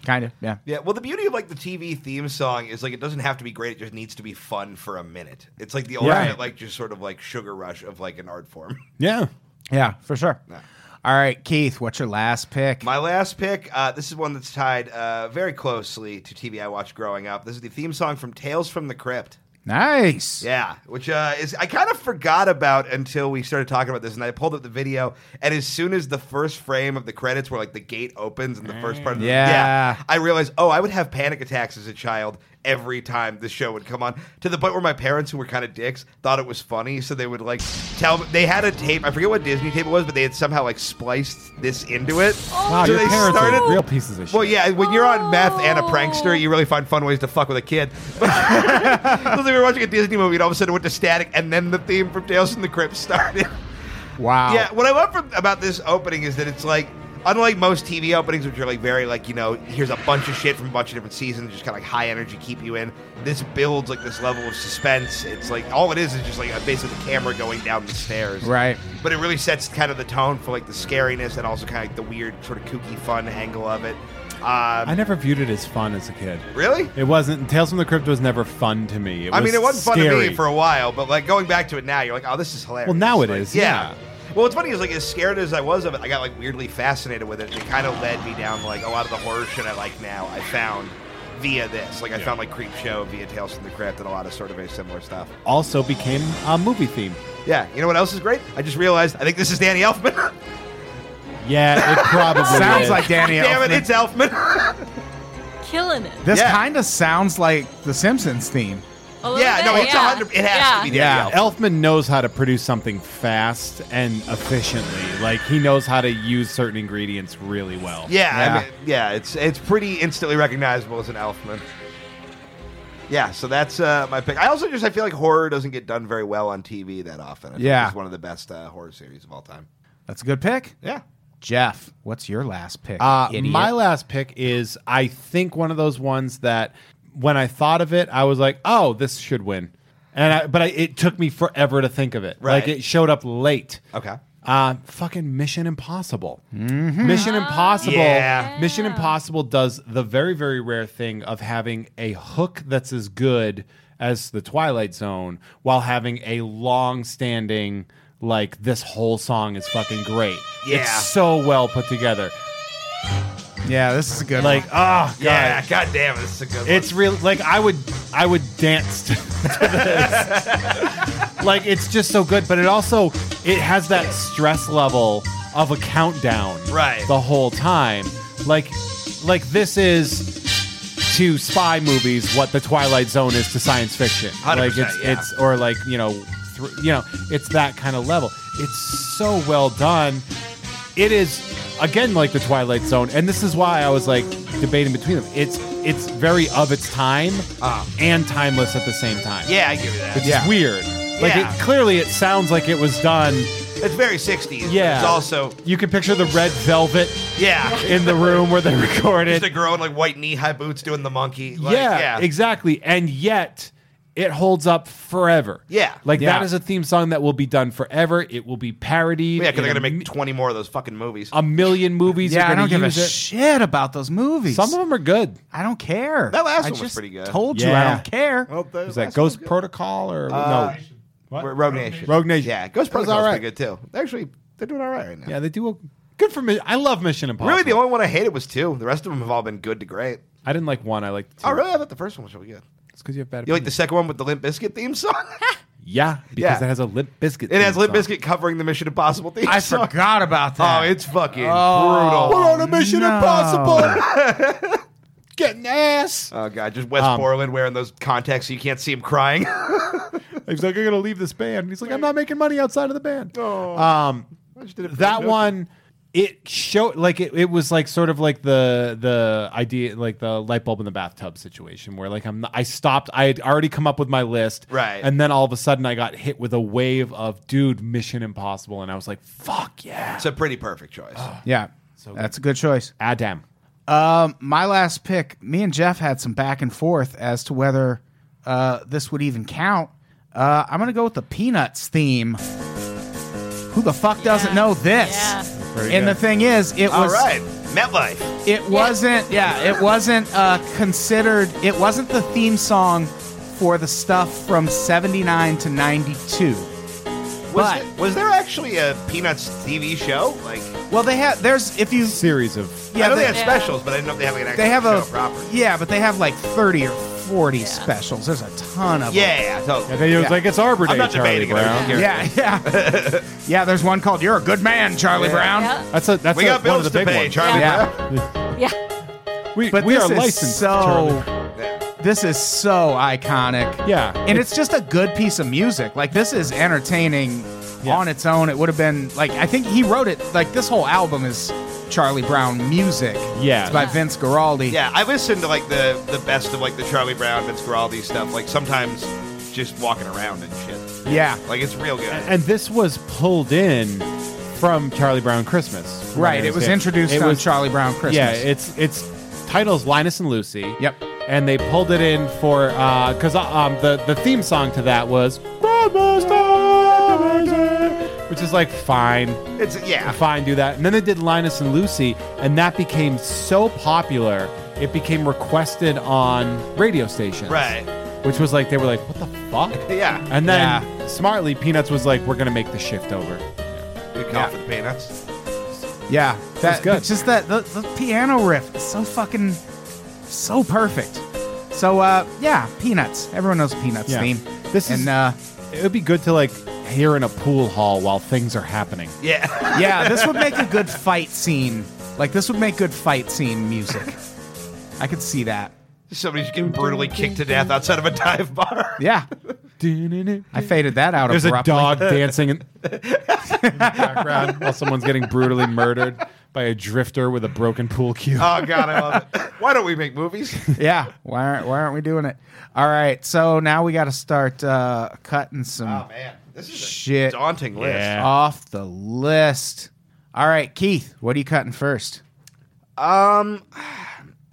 kind of. Yeah.
yeah. Well, the beauty of like the TV theme song is like it doesn't have to be great. It just needs to be fun for a minute. It's like the ultimate
Right.
like just sort of like sugar rush of like an art form.
Yeah.
Yeah. For sure. All right, Keith. What's your last pick?
My last pick. Uh, this is one that's tied uh, very closely to TV I watched growing up. This is the theme song from Tales from the Crypt.
nice.
Yeah, which uh, is I kind of forgot about until we started talking about this, and I pulled up the video, and as soon as the first frame of the credits where like the gate opens and the first part, of the,
Yeah.
I realized oh, I would have panic attacks as a child every time the show would come on to the point where my parents, who were kind of dicks, thought it was funny, so they would like tell me they had a tape. I forget what Disney tape it was, but they had somehow like spliced this into it.
Wow,
so
your
they
parents
started
are real pieces of shit.
well, yeah, when you're on meth and a prankster,
Oh.
you really find fun ways to fuck with a kid. so they were watching a Disney movie, and all of a sudden it went to static, and then the theme from Tales from the Crypt started.
Wow.
Yeah, what I love from, about this opening is that it's like, unlike most TV openings, which are like very like you know, here's a bunch of shit from a bunch of different seasons, just kind of like high energy, keep you in. This builds like this level of suspense. It's like all it is is just like a, basically the camera going down the stairs,
Right.
But it really sets kind of the tone for like the scariness and also kind of like the weird sort of kooky fun angle of it. Um,
I never viewed it as fun as a kid.
Really?
It wasn't. Tales from the Crypt was never fun to me. It
I mean,
was
it wasn't fun
scary.
to me for a while, but like going back to it now, you're like, oh, this is hilarious.
Well, now it
it is.
is, yeah.
Well, what's funny is like as scared as I was of it, I got like weirdly fascinated with it. and It kind of led me down to like a lot of the horror shit I like now. I found via this, like I found like Creep Show via Tales from the Crypt and a lot of sort of very similar stuff.
Also became a movie theme.
Yeah, you know what else is great? I just realized I think this is Danny Elfman.
Yeah, it probably
Sounds
is.
like Danny.
Damn it,
Elfman.
it's Elfman.
Killing it.
This
Yeah.
kind of sounds like the Simpsons theme.
A little
yeah,
bit,
no, it's
yeah.
100. It has
yeah.
to be
Yeah.
Danny Elfman.
Elfman knows how to produce something fast and efficiently. Like he knows how to use certain ingredients really well.
Yeah,
Yeah.
I mean, yeah, it's it's pretty instantly recognizable as an Elfman. Yeah, so that's uh, my pick. I also just I feel like horror doesn't get done very well on TV that often. I think
Yeah.
it's one of the best uh, horror series of all time.
That's a good pick.
Yeah,
Jeff, what's your last pick?
Uh,
idiot?
my last pick is I think one of those ones that when I thought of it, I was like, oh, this should win. and I, but I, it took me forever to think of it.
Right.
Like it showed up late.
Okay. Mm-hmm.
Uh, fucking Mission Impossible. Mission Impossible.
Yeah.
Mission Impossible does the very very rare thing of having a hook that's as good as the Twilight Zone while having a long standing like this whole song is fucking great.
Yeah.
It's so well put together.
Yeah, this is a good.
Like,
one.
oh god.
Yeah, god damn, this is a good
It's real. Like I would, I would dance to, to this. like it's just so good, but it also it has that stress level of a countdown,
Right.
The whole time, like, like this is to spy movies what the Twilight Zone is to science fiction.
100%,
like it's
yeah.
it's or like you know, thr you know, it's that kind of level. It's so well done. It is again like the Twilight Zone, and this is why I was like debating between them. It's it's very of its time
Ah.
and timeless at the same time.
Yeah, I give you that.
which
Yeah.
is weird. Like
Yeah.
it, clearly, it sounds like it was done.
It's very 60s.
Yeah,
It's also,
you can picture the red velvet
yeah.
in the room where they recorded.
Just a girl in like white knee high boots doing the monkey. Like,
yeah,
yeah.
exactly. And yet it holds up forever.
Yeah.
Like
Yeah.
that is a theme song that will be done forever. It will be parodied.
Yeah, because they're
in
gonna
a
make
m-
twenty more of those fucking movies.
a million movies.
yeah, I
are
don't
going to
give a
use it.
shit about those movies.
Some of them are good.
I don't care.
That last
I
one was
just
pretty good.
Told you I
Yeah.
don't care.
Is that Ghost Protocol
Uh,
or no? What?
Rogue, Nation?
Rogue Nation.
Yeah, Ghost
That was
Protocol's
all
pretty good too. They're Actually, they're doing all right right now.
Yeah, they do. A, good for me. I love Mission Impossible.
Really, the only one I hated was two. The rest of them have all been good to great.
I didn't like one. I liked two. Mm.
Oh, really? I thought the first one was really good.
It's because you have bad.
You like the
opinions.
second one with the Limp Biscuit theme song?
Yeah, because
Yeah.
it has a Limp Biscuit.
it has
theme
Limp
song.
Biscuit covering the Mission Impossible theme
I
song.
forgot about
Oh,
that.
it's fucking
Oh,
brutal.
on a Mission
no.
Impossible. Getting ass.
Oh god, just Wes
Um,
Borland wearing those contacts so you can't see him crying.
He's like, I'm gonna leave this band. He's like, I'm not making money outside of the band.
Oh.
Um,
just did it for
that
the
one, it showed like it, it was like sort of like the the idea like the light bulb in the bathtub situation where like I'm not, I stopped. I had already come up with my list,
Right.
And then all of a sudden, I got hit with a wave of dude, Mission Impossible, and I was like, fuck yeah,
it's a pretty perfect choice.
yeah. That's a good choice.
Adam.
Um, my last pick. Me and Jeff had some back and forth as to whether uh, this would even count. Uh, I'm gonna go with the Peanuts theme. Who the fuck doesn't know this?
Yeah.
And the thing is, it
all
was
right, MetLife.
it wasn't yeah it wasn't uh, considered it wasn't the theme song for the stuff from 79 to 92
Was,
But-
it- was there actually a Peanuts TV show? Like,
well they have there's if you
Series of
I
yeah
know they,
they,
have specials, but I didn't know if they have like an actual
they have
show
a
proper.
yeah but they have like 30 or 40 specials there's a ton of them.
Yeah, yeah, totally.
It was like it's Arbor Day,
I'm not
Charlie
debating it. I
Brown.
don't care.
yeah yeah yeah there's one called you're a good man charlie brown
Yeah.
That's a that's
We
a,
got
one of
bills
the
to
big
pay,
ones.
Charlie
Yeah.
Brown.
Yeah.
We,
but
we
this
are
is
licensed.
so
Charlie.
this is so iconic
Yeah.
and it's, just a good piece of music. Like this is entertaining
Yeah.
on its own. It would have been like I think he wrote it. Like this whole album is Charlie Brown music.
Yeah.
it's by Vince Guaraldi.
Yeah, I listen to like the the best of like the Charlie Brown, Vince Guaraldi stuff. Like sometimes just walking around and shit.
yeah,
Like it's real good.
and this was pulled in from Charlie Brown Christmas. from what
right.
I
It was
understand.
introduced
It
on
was-
Charlie Brown Christmas.
Yeah, it's it's titles Linus and Lucy.
Yep.
And they pulled it in for because um the the theme song to that was Blockbuster, which is like fine,
It's yeah.
Ah, fine, do that. And then they did Linus and Lucy, and that became so popular it became requested on radio stations.
Right.
Which was like they were like, what the fuck?
Yeah.
And then
Yeah.
smartly, Peanuts was like, we're gonna make the shift over.
Good call for the peanuts.
yeah. That's
good.
Just that the, the piano riff is so fucking so perfect. So uh, yeah, Peanuts. Everyone knows Peanuts
Yeah.
theme.
This is-
and uh,
It would be good to like hear in a pool hall while things are happening.
Yeah.
yeah, this would make a good fight scene. Like this would make good fight scene music. I could see that.
Somebody's getting brutally kicked to death outside of a dive bar.
Yeah,
There's
I faded that out
a
abruptly.
dog dancing in, in the background while someone's getting brutally murdered by a drifter with a broken pool cue.
Oh god, I love it. Why don't we make movies?
Yeah, why aren't why aren't we doing it? All right, so now we got to start uh, cutting some
Oh man, this is a
Shit.
daunting list.
Yeah.
off the list. All right, Keith, what are you cutting first?
Um,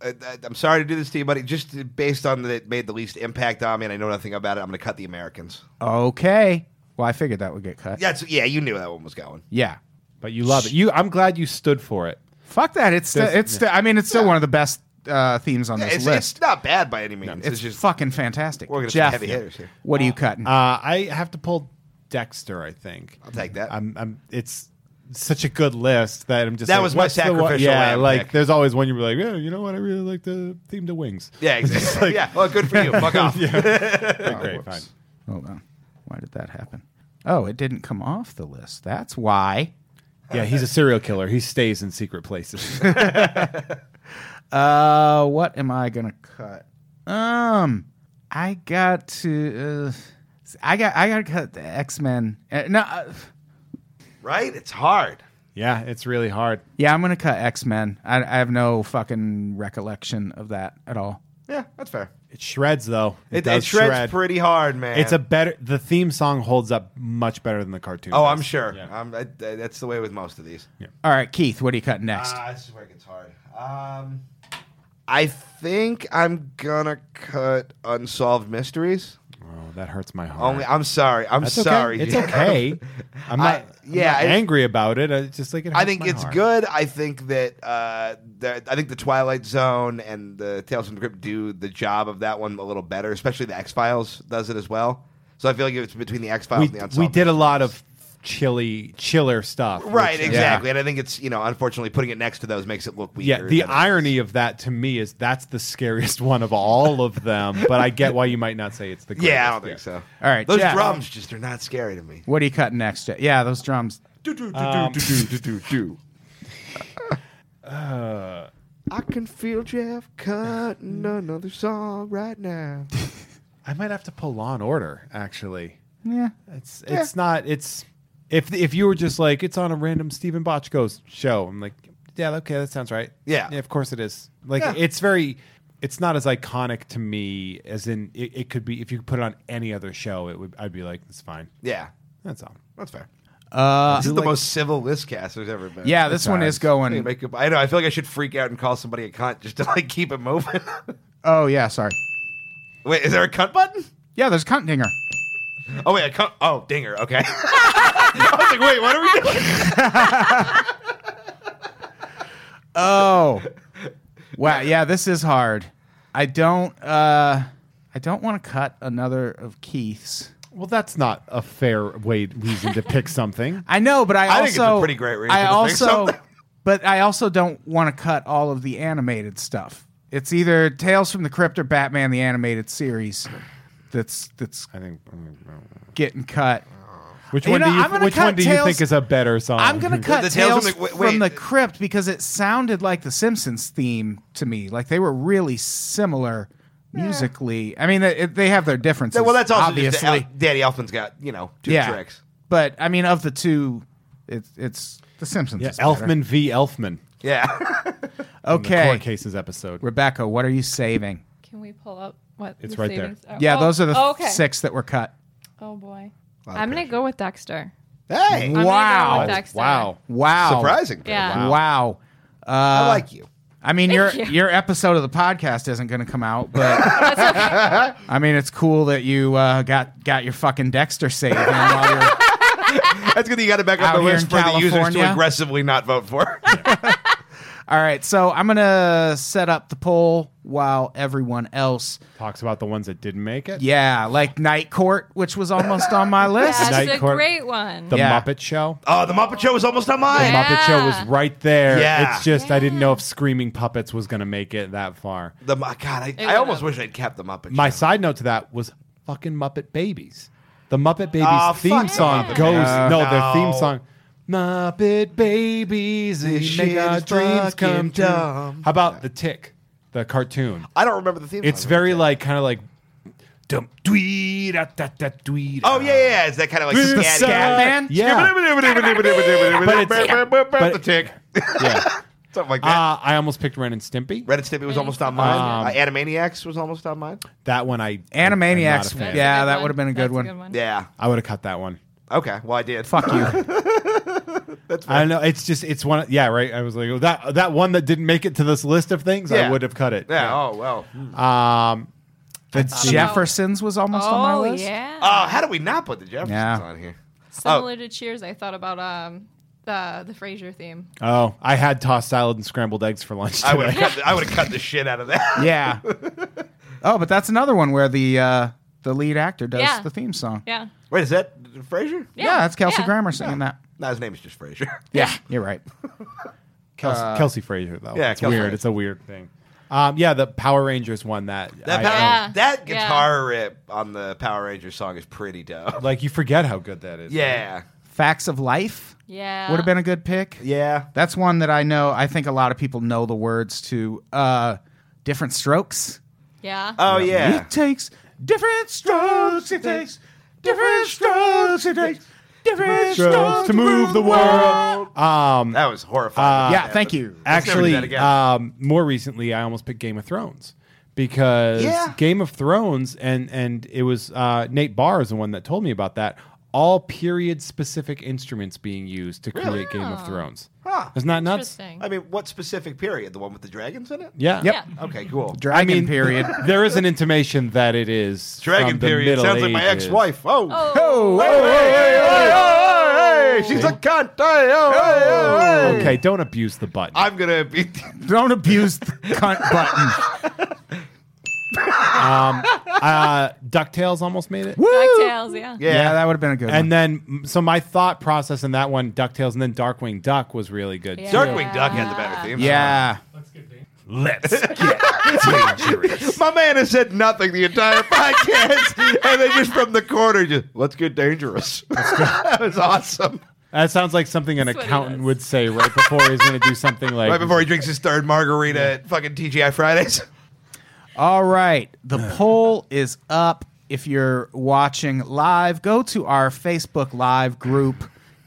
I, I- I'm sorry to do this to you, buddy. Just based on that, it made the least impact on me, and I know nothing about it. I'm going to cut the Americans.
Okay. Well, I figured that would get cut.
That's yeah. You knew that one was going.
Yeah.
But you love it. You, I'm glad you stood for it.
Fuck that. It's sti-
There's-
it's sti- I mean it's still one of the best uh, themes on this
It's,
list.
it's not bad by any means.
it's,
it's just
fucking fantastic.
We're gonna have some
Jeff,
heavy hitters here.
what are you cutting?
Uh, I have to pull Dexter. I think I'll
take that.
I'm, I'm, it's such a good list that I'm just
That
like,
was my
what's the one-
sacrificial
Yeah,
lamb
like
pick.
there's always one you're like, yeah, you know what? I really like the theme to Wings.
yeah, exactly. yeah. Well, good for you. Fuck off.
Great, fine.
Hold on. Why did that happen? Oh, it didn't come off the list. That's why.
Yeah, he's a serial killer. He stays in secret places.
Uh, what am I gonna cut? Um, I got to. Uh, I got. I got to cut the X Men. Uh, no. Uh,
Right? It's hard.
yeah, it's really hard.
yeah, I'm gonna cut X Men. I, I have no fucking recollection of that at all.
Yeah, that's fair.
It shreds though.
It, it,
does
shreds
shred.
pretty hard, man.
It's a better. The theme song holds up much better than the cartoon.
Oh,
does.
I'm sure.
Yeah.
I'm, I, I- that's the way with most of these.
All right, Keith, what do you cut next?
Ah, this is where it gets hard. Um, I think I'm gonna cut unsolved mysteries.
Oh, that hurts my heart.
Only I'm sorry. I'm
That's
sorry.
Okay. It's
dude.
okay. I'm not.
I- yeah,
yeah,
I-
angry about it. I just like it
I
hurts
think
my
it's
heart.
good. I think that uh, the, I think the Twilight Zone and the Tales from the Crypt do the job of that one a little better. Especially the X Files does it as well. So I feel like it's between the X Files
We,
and the
we
Unsolved.
did a lot of chilly, chiller stuff.
right,
which, uh,
exactly. And I think it's you know unfortunately putting it next to those makes it look
Yeah,
weaker.
the
than it
irony of that to me is that's the scariest one of all of them. But I get why you might not say it's the greatest.
Yeah, I don't think so.
All right,
those
Jeff.
drums just are not scary to me.
What do you cut next? Jeff? Yeah, those drums.
Um, I can feel Jeff cutting another song right now.
I might have to pull Law and Order. Actually,
Yeah.
it's it's not. It's if if you were just like it's on a random Stephen Bochco's show. I'm like, yeah, okay, that sounds right.
Yeah.
of course it is. Like
Yeah.
it's very. It's not as iconic to me as in it, it could be if you put it on any other show. It would. I'd be like, it's fine.
Yeah,
That's all.
that's fair.
Uh,
This is the
like-
most civil list cast there's ever been.
yeah, this one
Besides-
is
I,
going.
make up- I know. I feel like I should freak out and call somebody a cunt just to like keep it moving.
Oh yeah, sorry.
wait, is there a cunt button?
Yeah, there's a cunt dinger.
Oh wait, a cunt. Oh, dinger. Okay. I was like, wait, what are we doing?
Oh. Wow, yeah, this is hard. I don't uh I don't want to cut another of Keith's.
Well, that's not a fair way reason to pick something.
I know, but I,
I
also
think it's a pretty great reason
I
to pick
also
something.
but I also don't want to cut all of the animated stuff. It's either Tales from the Crypt or Batman the animated series that's that's
I think.
getting cut.
Which
You
one
know,
do you?
I'm gonna
which
cut
one do you
Tails-
think is a better song?
I'm gonna cut
Um, The Tales
Tales,
from the-
from,
wait,
the
wait.
Crypt because it sounded like the Simpsons theme to me. Like they were really similar musically. I mean, it, they have their differences.
well, that's also just
obviously
that El- Daddy Elfman's got you know two tricks.
But I mean, of the two, it's it's the Simpsons.
Yeah,
is better.
Elfman v. Elfman.
Yeah.
The court
Okay,
cases episode.
Rebecca, what are you saving?
Can we pull up what?
It's
the
right there.
savings Are?
Yeah,
Oh,
those are the
oh, okay.
six that were cut.
Oh boy, I'm gonna go with Dexter.
hey,
I'm
Wow.
gonna go with Dexter.
Wow.
Wow,
surprising.
Yeah.
Wow. Uh,
I Oh. like you.
I mean, your
you.
your episode of the podcast isn't going to come out, but I mean, it's cool that you uh, got got your fucking Dexter saved in while you're
That's good. That you got to back up
Out
the
here
list
in
for the users
California?
to aggressively not vote for.
All right, so I'm gonna set up the poll while everyone else,
Talks about the ones that didn't make it.
yeah, like Night Court, which was almost on my list.
That's
Night
a
Court.
great one.
The
Yeah.
Muppet Show.
oh, the Muppet Show was almost on
The
mine.
Yeah.
Muppet Show was right there.
Yeah.
It's just I didn't know if Screaming Puppets was going to make it that far.
The mu- God, I, I
went
almost
up.
wish I'd kept the Muppet
My
Show.
side note to that was fucking Muppet Babies. The Muppet Babies
Oh, fuck
theme
the
song
Muppet
goes
Babies.
no, their
No.
theme song. Muppet Babies, they
This shit
make our
is
dreams
fucking
come true.
dumb.
How about the Tick, the cartoon?
I don't remember the theme.
It's
song.
very like kind of like dum dwee da da da dwee. da.
Oh yeah, yeah, yeah. It's that kind of like
It's the
scatty-
sad-
man?
Yeah. but
but the
it's-
tick,
yeah.
something like that.
Uh, I almost picked Ren and Stimpy.
Red and Stimpy was almost on mine. uh, Animaniacs was almost on mine.
That one I
Animaniacs,
I'm not a fan.
yeah.
That's
that
one.
would've been a good
That's
one.
A good one.
Yeah.
I would have cut that one.
Okay. Well, I did.
Fuck you.
That's
I
fine.
don't know. It's just it's one. Yeah, right. I was like oh, that that one that didn't make it to this list of things. I
Yeah.
would have cut it.
Yeah. Oh well.
Um,
The
see.
Jeffersons was almost on my
Oh
list.
yeah.
Uh, how do we not put the Jeffersons
Yeah.
on here?
Similar to Cheers, I thought about um the the Frasier theme.
oh, I had tossed salad and scrambled eggs for lunch.
I would
Today.
have cut. The, I would have cut the shit out of that.
Yeah. oh, but that's another one where the uh, the lead actor does
Yeah.
the theme song.
Yeah.
Wait, is that Frasier?
Yeah,
that's Kelsey
yeah.
Grammer singing that.
No, his name is just Frasier.
Yeah, you're right.
Kelsey, Kelsey Fraser though.
uh, yeah,
it's
Kelsey
weird.
Fraser.
It's a weird thing. Um, yeah, the Power Rangers one that.
That
I-
power,
I-
Yeah.
that guitar rip on the Power Rangers song is pretty dope.
like you forget how good that is.
Yeah,
Facts of Life
Yeah.
would have been a good pick.
yeah.
That's one that I know. I think a lot of people know the words to uh, different strokes.
Yeah.
Oh yeah.
It takes different strokes. It takes different strokes. It takes different strokes
to move the world. Um,
That was horrifying.
Uh, Yeah, thank you.
Let's never do
actually,
that again.
um, more recently, I almost picked Game of Thrones because
Yeah.
Game of Thrones and and it was uh, Nate Barr is the one that told me about that. All period specific instruments being used to create Game of Thrones.
Huh.
Isn't that nuts?
Interesting.
I mean, what specific period? The one with the dragons in it?
Yeah.
Yep.
yeah.
Okay, cool.
Dragon
I mean,
period.
there is an intimation that it is
Dragon
from the
period
Middle
sounds like my
Ages.
ex-wife. Oh,
Oh,
hey, she's a cunt. Hey, oh, hey, oh, hey.
Okay, don't abuse the button.
I'm gonna be.
Don't abuse the cunt button.
uh, Ducktales almost made it.
DuckTales, yeah.
Yeah.
Yeah, that would have been a good
And
one.
then, so my thought process in that one, Ducktales, and then Darkwing Duck was really good.
Yeah.
too.
Darkwing Duck had the better theme.
Yeah.
My man has said nothing the entire podcast, and then just from the corner, just let's get dangerous. that was awesome.
That sounds like something an
That's what he
accountant
does.
would say right before he's going to do something like.
Right before he drinks his third margarita at fucking TGI Fridays.
All right. The poll is up. If you're watching live, go to our Facebook Live group.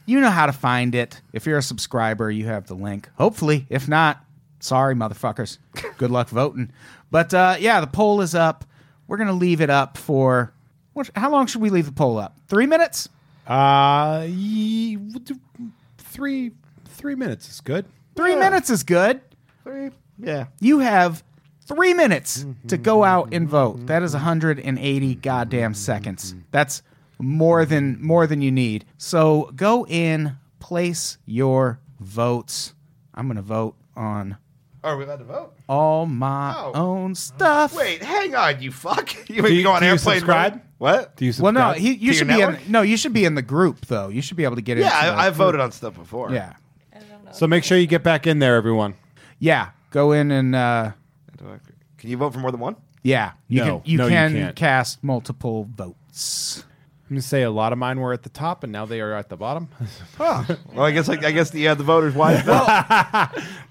You know how to find it. If you're a subscriber, you have the link. Hopefully. If not, sorry, motherfuckers. Good luck voting. But uh, yeah, the poll is up. We're going to leave it up for. What, how long should we leave the poll up? Three minutes?
Uh, ye- three three minutes is good.
Three minutes is good.
Yeah.
You have three minutes
Mm-hmm.
to go out and vote. That is 180 goddamn
Mm-hmm.
seconds. That's more than more than you need. So go in, place your votes. I'm gonna vote on
Are we allowed to vote?
all my
Oh.
own stuff.
Wait, hang on, you fuck. You make me
you-
go on
do you
airplane
subscribe?
mode? What?
Do you
Well,
subscribe?
no, he, you
To
should
your
be in.
network?
No, you should be in the group though. You should be able to get in.
Yeah, I, I voted on stuff before.
Yeah,
so make sure you get back in there, everyone.
yeah. Go in and uh,
Can you vote for more than one?
yeah. You
No.
can, you
No, you
can
can't.
cast multiple votes.
I'm going to say a lot of mine were at the top, and now they are at the bottom.
Well, I guess like I guess the uh, the voters wise.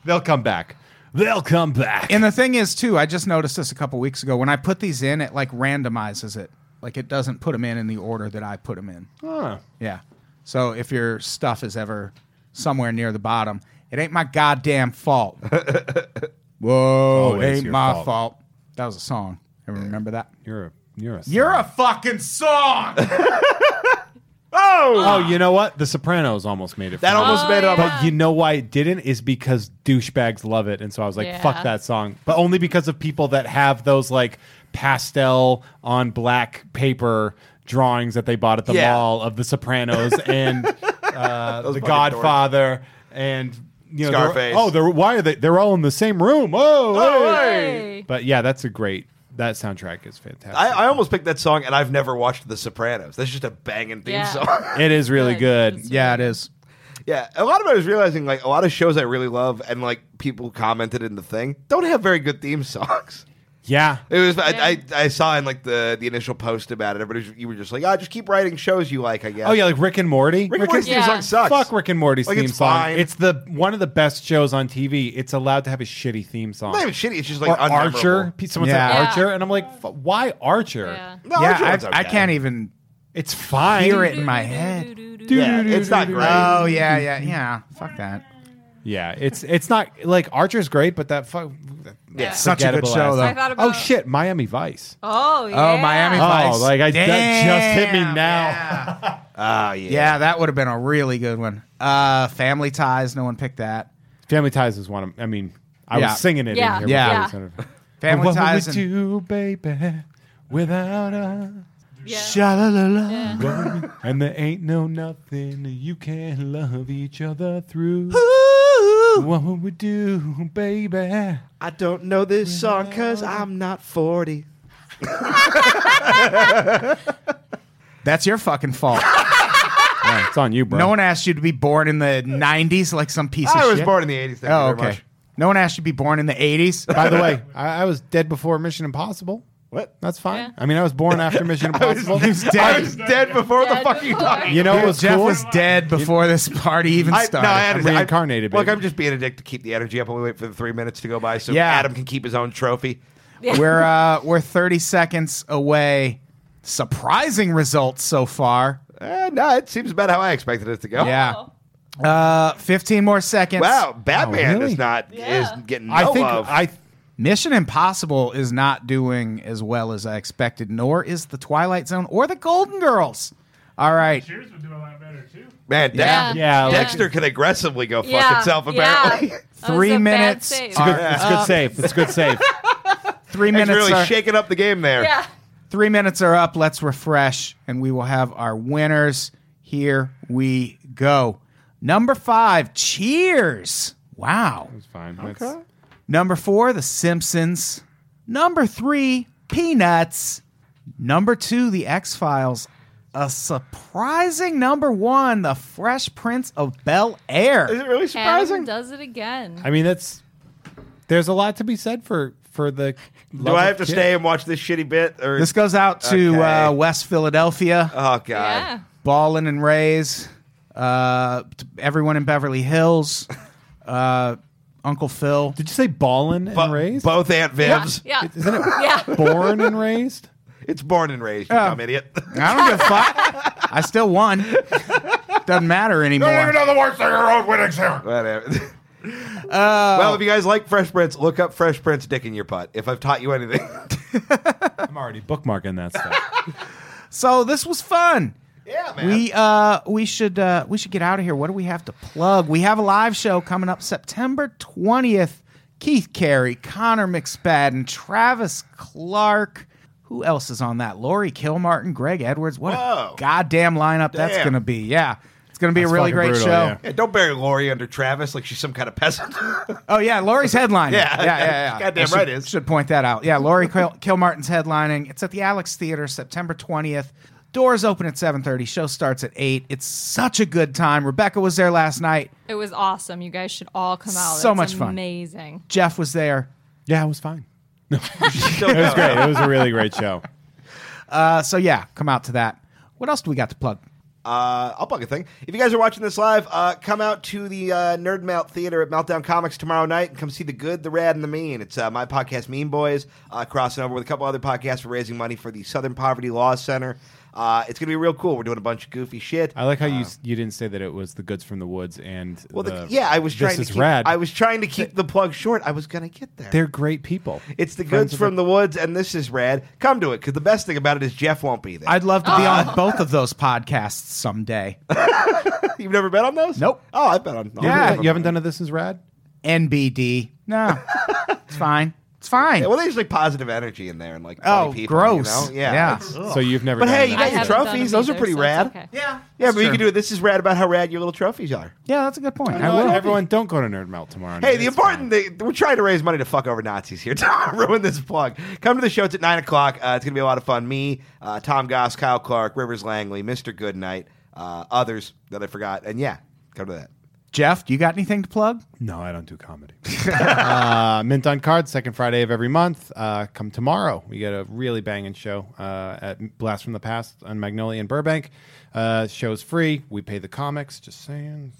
They'll come back. They'll come back.
And the thing is, too, I just noticed this a couple weeks ago. When I put these in, it like randomizes it. Like it doesn't put them in in the order that I put them in.
Huh.
Yeah. So if your stuff is ever somewhere near the bottom, it ain't my goddamn fault. Whoa,
Always
ain't
your
my fault.
fault.
That was a song. Everyone remember that?
You're a you're a
You're a fucking song.
oh, you know what? The Sopranos almost made it.
That
for me.
almost
Oh,
made it up.
yeah.
But you know why it didn't is because douchebags love it, and so I was like,
Yeah.
"Fuck that song!" But only because of people that have those like pastel on black paper drawings that they bought at the
Yeah.
mall of The Sopranos and uh, The
fucking
Godfather and you know, they're-
Scarface. Oh,
Oh, they're why are they? They're all in the same room. Whoa! hey.
Hey.
But yeah, that's a great. That soundtrack is fantastic.
I, I almost picked that song, and I've never watched The Sopranos. That's just a banging theme
Yeah.
song.
it is really
Good.
good.
yeah, it is.
yeah, a lot of it was realizing like a lot of shows I really love, and like people commented in the thing don't have very good theme songs.
Yeah.
It was
Yeah.
I, I, I saw in like the the initial post about it. Everybody, you were just like, ah, just keep writing shows you like. I guess.
Oh yeah, like Rick and Morty.
Rick and Morty's
Yeah.
theme song sucks.
Fuck Rick and Morty's
Like,
theme
it's
song.
fine.
It's the one of the best shows on TV. It's allowed to have a shitty theme song.
Not even shitty. It's just like
or Archer.
unmemorable.
Pe- Someone
Yeah.
said
Yeah.
Archer, and I'm like, "F- why Archer?
Yeah.
No,
yeah,
Archer
I,
one's
I
okay.
can't even.
It's fine.
Hear it. in my head.
Yeah, it's not great.
Oh yeah, yeah, yeah. Fuck that.
Yeah, it's it's not like Archer's great, but that fuck.
Yeah.
Such a good
forgettable
show
ass-
though.
I thought about
oh shit, Miami Vice.
Oh yeah.
Oh, Miami
Oh,
Vice.
like, I- that just hit me
Damn,
now.
yeah.
Oh, yeah.
Yeah, that would have been a really good one. Uh, family ties. No one picked that.
Family Ties is one of I mean, I
Yeah.
was singing it
Yeah.
in here.
Yeah.
with the sound of-
Family
what
ties.
would
and-
we do, baby, without us?
Yeah.
Sha-la-la-la.
Yeah.
And there ain't no nothing you can love each other through. What would we do, baby?
I don't know this song because I'm not 40.
That's your fucking fault.
Yeah, it's on you, bro.
no one asked you to be born in the '90s like some piece of
I was
shit.
born in the 80s. Thank
Oh,
you very
okay.
much.
No one asked you to be born in the '80s.
By the way, I, I was dead before Mission Impossible.
What?
That's fine.
Yeah.
I mean, I was born after Mission Impossible.
I was dead before
Dead
the fucking
before.
talking.
you know what was
Jeff
cool?
was dead before this party even
I, no,
started.
I had
I'm
to- I-
reincarnated,
Look,
baby.
I'm just being a dick to keep the energy up while we wait for the three minutes to go by so
Yeah.
Adam can keep his own trophy.
we're uh, we're 30 seconds away. Surprising results so far.
Eh, no, it seems about how I expected it to go.
Yeah. Uh, 15 more seconds.
Oh. Wow, Batman
Oh, really?
is not
Yeah.
is getting no
I think
love.
I
Mission Impossible is not doing as well as I expected, nor is The Twilight Zone or The Golden Girls. All right.
Cheers would do a lot better too.
Man, De-
Yeah.
Yeah,
Dexter can aggressively go fuck
Yeah.
itself,
Yeah.
apparently.
That was
Three
a bad
minutes
save.
are-
It's good save. It's good save.
Three
He's
minutes
really
uh,
are,
shaking up the game there.
Yeah.
three minutes are up. Let's refresh, and we will have our winners. Here we go. Number five, Cheers. Wow.
It's fine. That's-
Number four, The Simpsons. Number three, Peanuts. Number two, The X Files. A surprising number one, The Fresh Prince of Bel
Is
Air.
it really
Adam
surprising?
does it again.
I mean, that's there's a lot to be said for for the.
Do I have to stay and watch this shitty bit? Or
This goes out to
Okay.
uh, West Philadelphia,
Oh god.
yeah.
Ballin and Rays, uh, t- everyone in Beverly Hills, uh, Uncle Phil.
Did you say ballin and
Bo-
raised?
Both Aunt
Yeah.
Vivs.
Yeah.
Isn't it
Yeah.
born and raised?
It's born and raised, you
Oh.
dumb idiot.
I don't give a fuck. I still won. Doesn't matter
Don't even
anymore.
know the words of your own winnings here.
Whatever.
Uh,
well, if you guys like Fresh Prince, look up Fresh Prince Dick in Your Butt. If I've taught you anything,
I'm already bookmarking that stuff.
So this was fun.
yeah,
We uh we should uh we should get out of here. What do we have to plug? We have a live show coming up September 20th. Keith Carey, Connor McSpadden, Travis Clark. Who else is on that? Lori Kilmartin, Greg Edwards. What
Whoa.
a goddamn lineup that's
Damn.
gonna be. Yeah. It's gonna be
That's
a really
fucking
great
brutal,
show.
yeah.
Yeah, don't bury Lori under Travis like she's some kind of peasant.
Oh yeah, Laurie's headlining.
Yeah.
yeah, yeah, yeah.
Goddamn
I should-
right it is.
Should point that out. Yeah, Laurie Kil- Kilmartin's headlining. It's at the Alex Theater, September twentieth. Doors open at seven thirty. Show starts at eight. It's such a good time. Rebecca was there last night.
It was awesome. You guys should all come out.
So
It's
much fun.
Amazing.
Jeff was there.
yeah, it was fine.
Don't
It was
know.
great. It was a really great show.
Uh, so yeah, come out to that. What else do we got to plug?
Uh, I'll plug a thing. If you guys are watching this live, uh, come out to the uh, Nerd Melt Theater at Meltdown Comics tomorrow night and come see the good, the rad, and the mean. It's uh, my podcast, Mean Boys, uh, crossing over with a couple other podcasts for raising money for the Southern Poverty Law Center. Uh, it's going to be real cool. We're doing a bunch of goofy shit.
I like how you s- you didn't say that it was the goods from the woods and
Um, well, the,
the-
yeah, I was trying
this
to
is
keep,
rad.
I was trying to keep the plug short. I was going to get there.
They're great people.
it's the goods from the woods, and this is rad. Come to it because the best thing about it is Jeff won't be there.
I'd love to be on both of those podcasts someday.
You've never bet on those?
Nope.
Oh, I bet on. all
You
of
haven't
them.
done- you haven't done a this is rad.
NBD. No, it's fine. It's fine.
Yeah, well, there's like positive energy in there and like
oh,
funny people,
gross.
You know? Yeah.
yeah.
It's-
So you've never.
But
done
hey, you
that.
I
got your
haven't done
trophies.
them
Those are
either,
pretty
so it's
rad.
okay.
Yeah.
Yeah, but you
true.
can do it. This is rad about how rad your little trophies are.
Yeah, that's a good point. I
You know what?
will.
everyone don't go to Nerd Melt tomorrow.
Hey,
night.
the
It's
important
fine.
thing, we're trying to raise money to fuck over Nazis here. Don't ruin this plug. Come to the show. It's at 9 o'clock. Uh, it's going to be a lot of fun. Me, uh, Tom Goss, Kyle Clark, Rivers Langley, Mr. Goodnight, uh, others that I forgot. And yeah, come to that.
Jeff, do you got anything to plug?
No, I don't do comedy. uh, Mint on Cards, second Friday of every month. Uh, come tomorrow. We got a really banging show uh, at Blast from the Past on Magnolia in Burbank. Uh, show's free. We pay the comics. Just saying.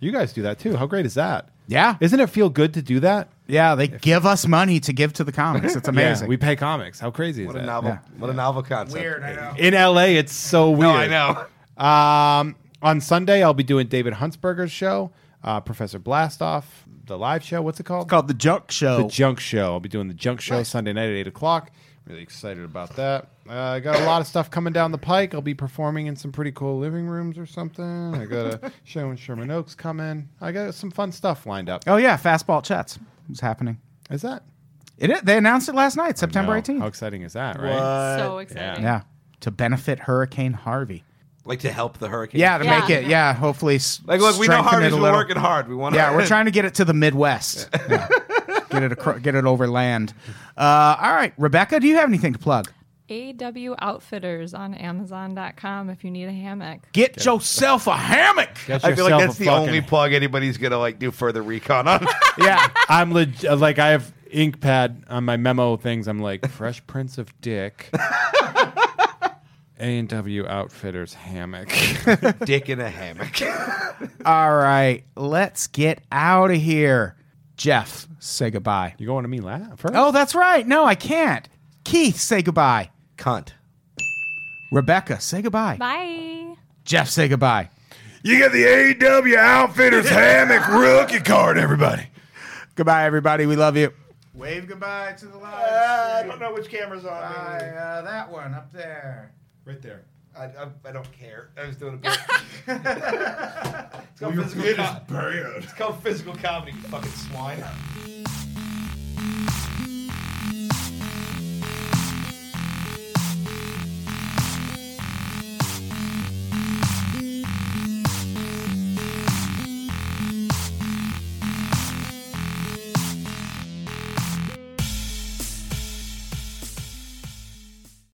You guys do that too. How great is that?
Yeah.
Isn't it feel good to do that?
Yeah, they give us money to give to the comics. It's amazing.
we pay comics. How crazy is
What
that?
a novel, what a novel concept.
I know.
In LA, it's so weird.
No, I know.
Um, on Sunday, I'll be doing David Huntsberger's show, uh, Professor Blastoff, the live show. What's it called?
Called the Junk Show.
the Junk Show. I'll be doing the Junk Show Sunday night at eight o'clock. Really excited about that. Uh, I got a lot of stuff coming down the pike. I'll be performing in some pretty cool living rooms or something. I got a show in Sherman Oaks coming. I got some fun stuff lined up.
Oh yeah, fastball chats is happening.
Is that
It is. They announced it last night, September
No.
eighteenth.
How exciting is that, right?
so exciting.
Yeah, to benefit Hurricane Harvey.
Like to help the hurricane.
Yeah, to
Yeah.
make it. Yeah, hopefully. s-
Like, look, we know
strengthen
Harvey's
it a
been
little.
working hard. We want to.
Yeah, we're trying to get it to the Midwest. Yeah. Get it acro- get it over land. Uh, all right, Rebecca, do you have anything to plug?
AW Outfitters on Amazon.com if you need a hammock.
Get yourself a hammock.
Get
I feel
yourself
like
a
that's the
fucking-
only plug anybody's gonna like do further recon on.
Yeah.
I'm leg- uh, like I have ink pad on my memo things. I'm like Fresh Prince of Dick. A and W Outfitters hammock.
Dick in a hammock.
All right, let's get out of here. Jeff, say goodbye.
you going to me last? First?
Oh, that's right. No, I can't. Keith, say goodbye.
Cunt.
Rebecca, say goodbye.
Bye.
Jeff, say goodbye.
You got the AW E Outfitters Hammock Rookie Card, everybody.
Goodbye, everybody. We love you. Uh, Wave goodbye to the live.
know which camera's on.
that one up there. Right there.
I, I, I don't care. I was doing a bit. it's, called physical co-
Buried.
it's called physical comedy, you fucking swine.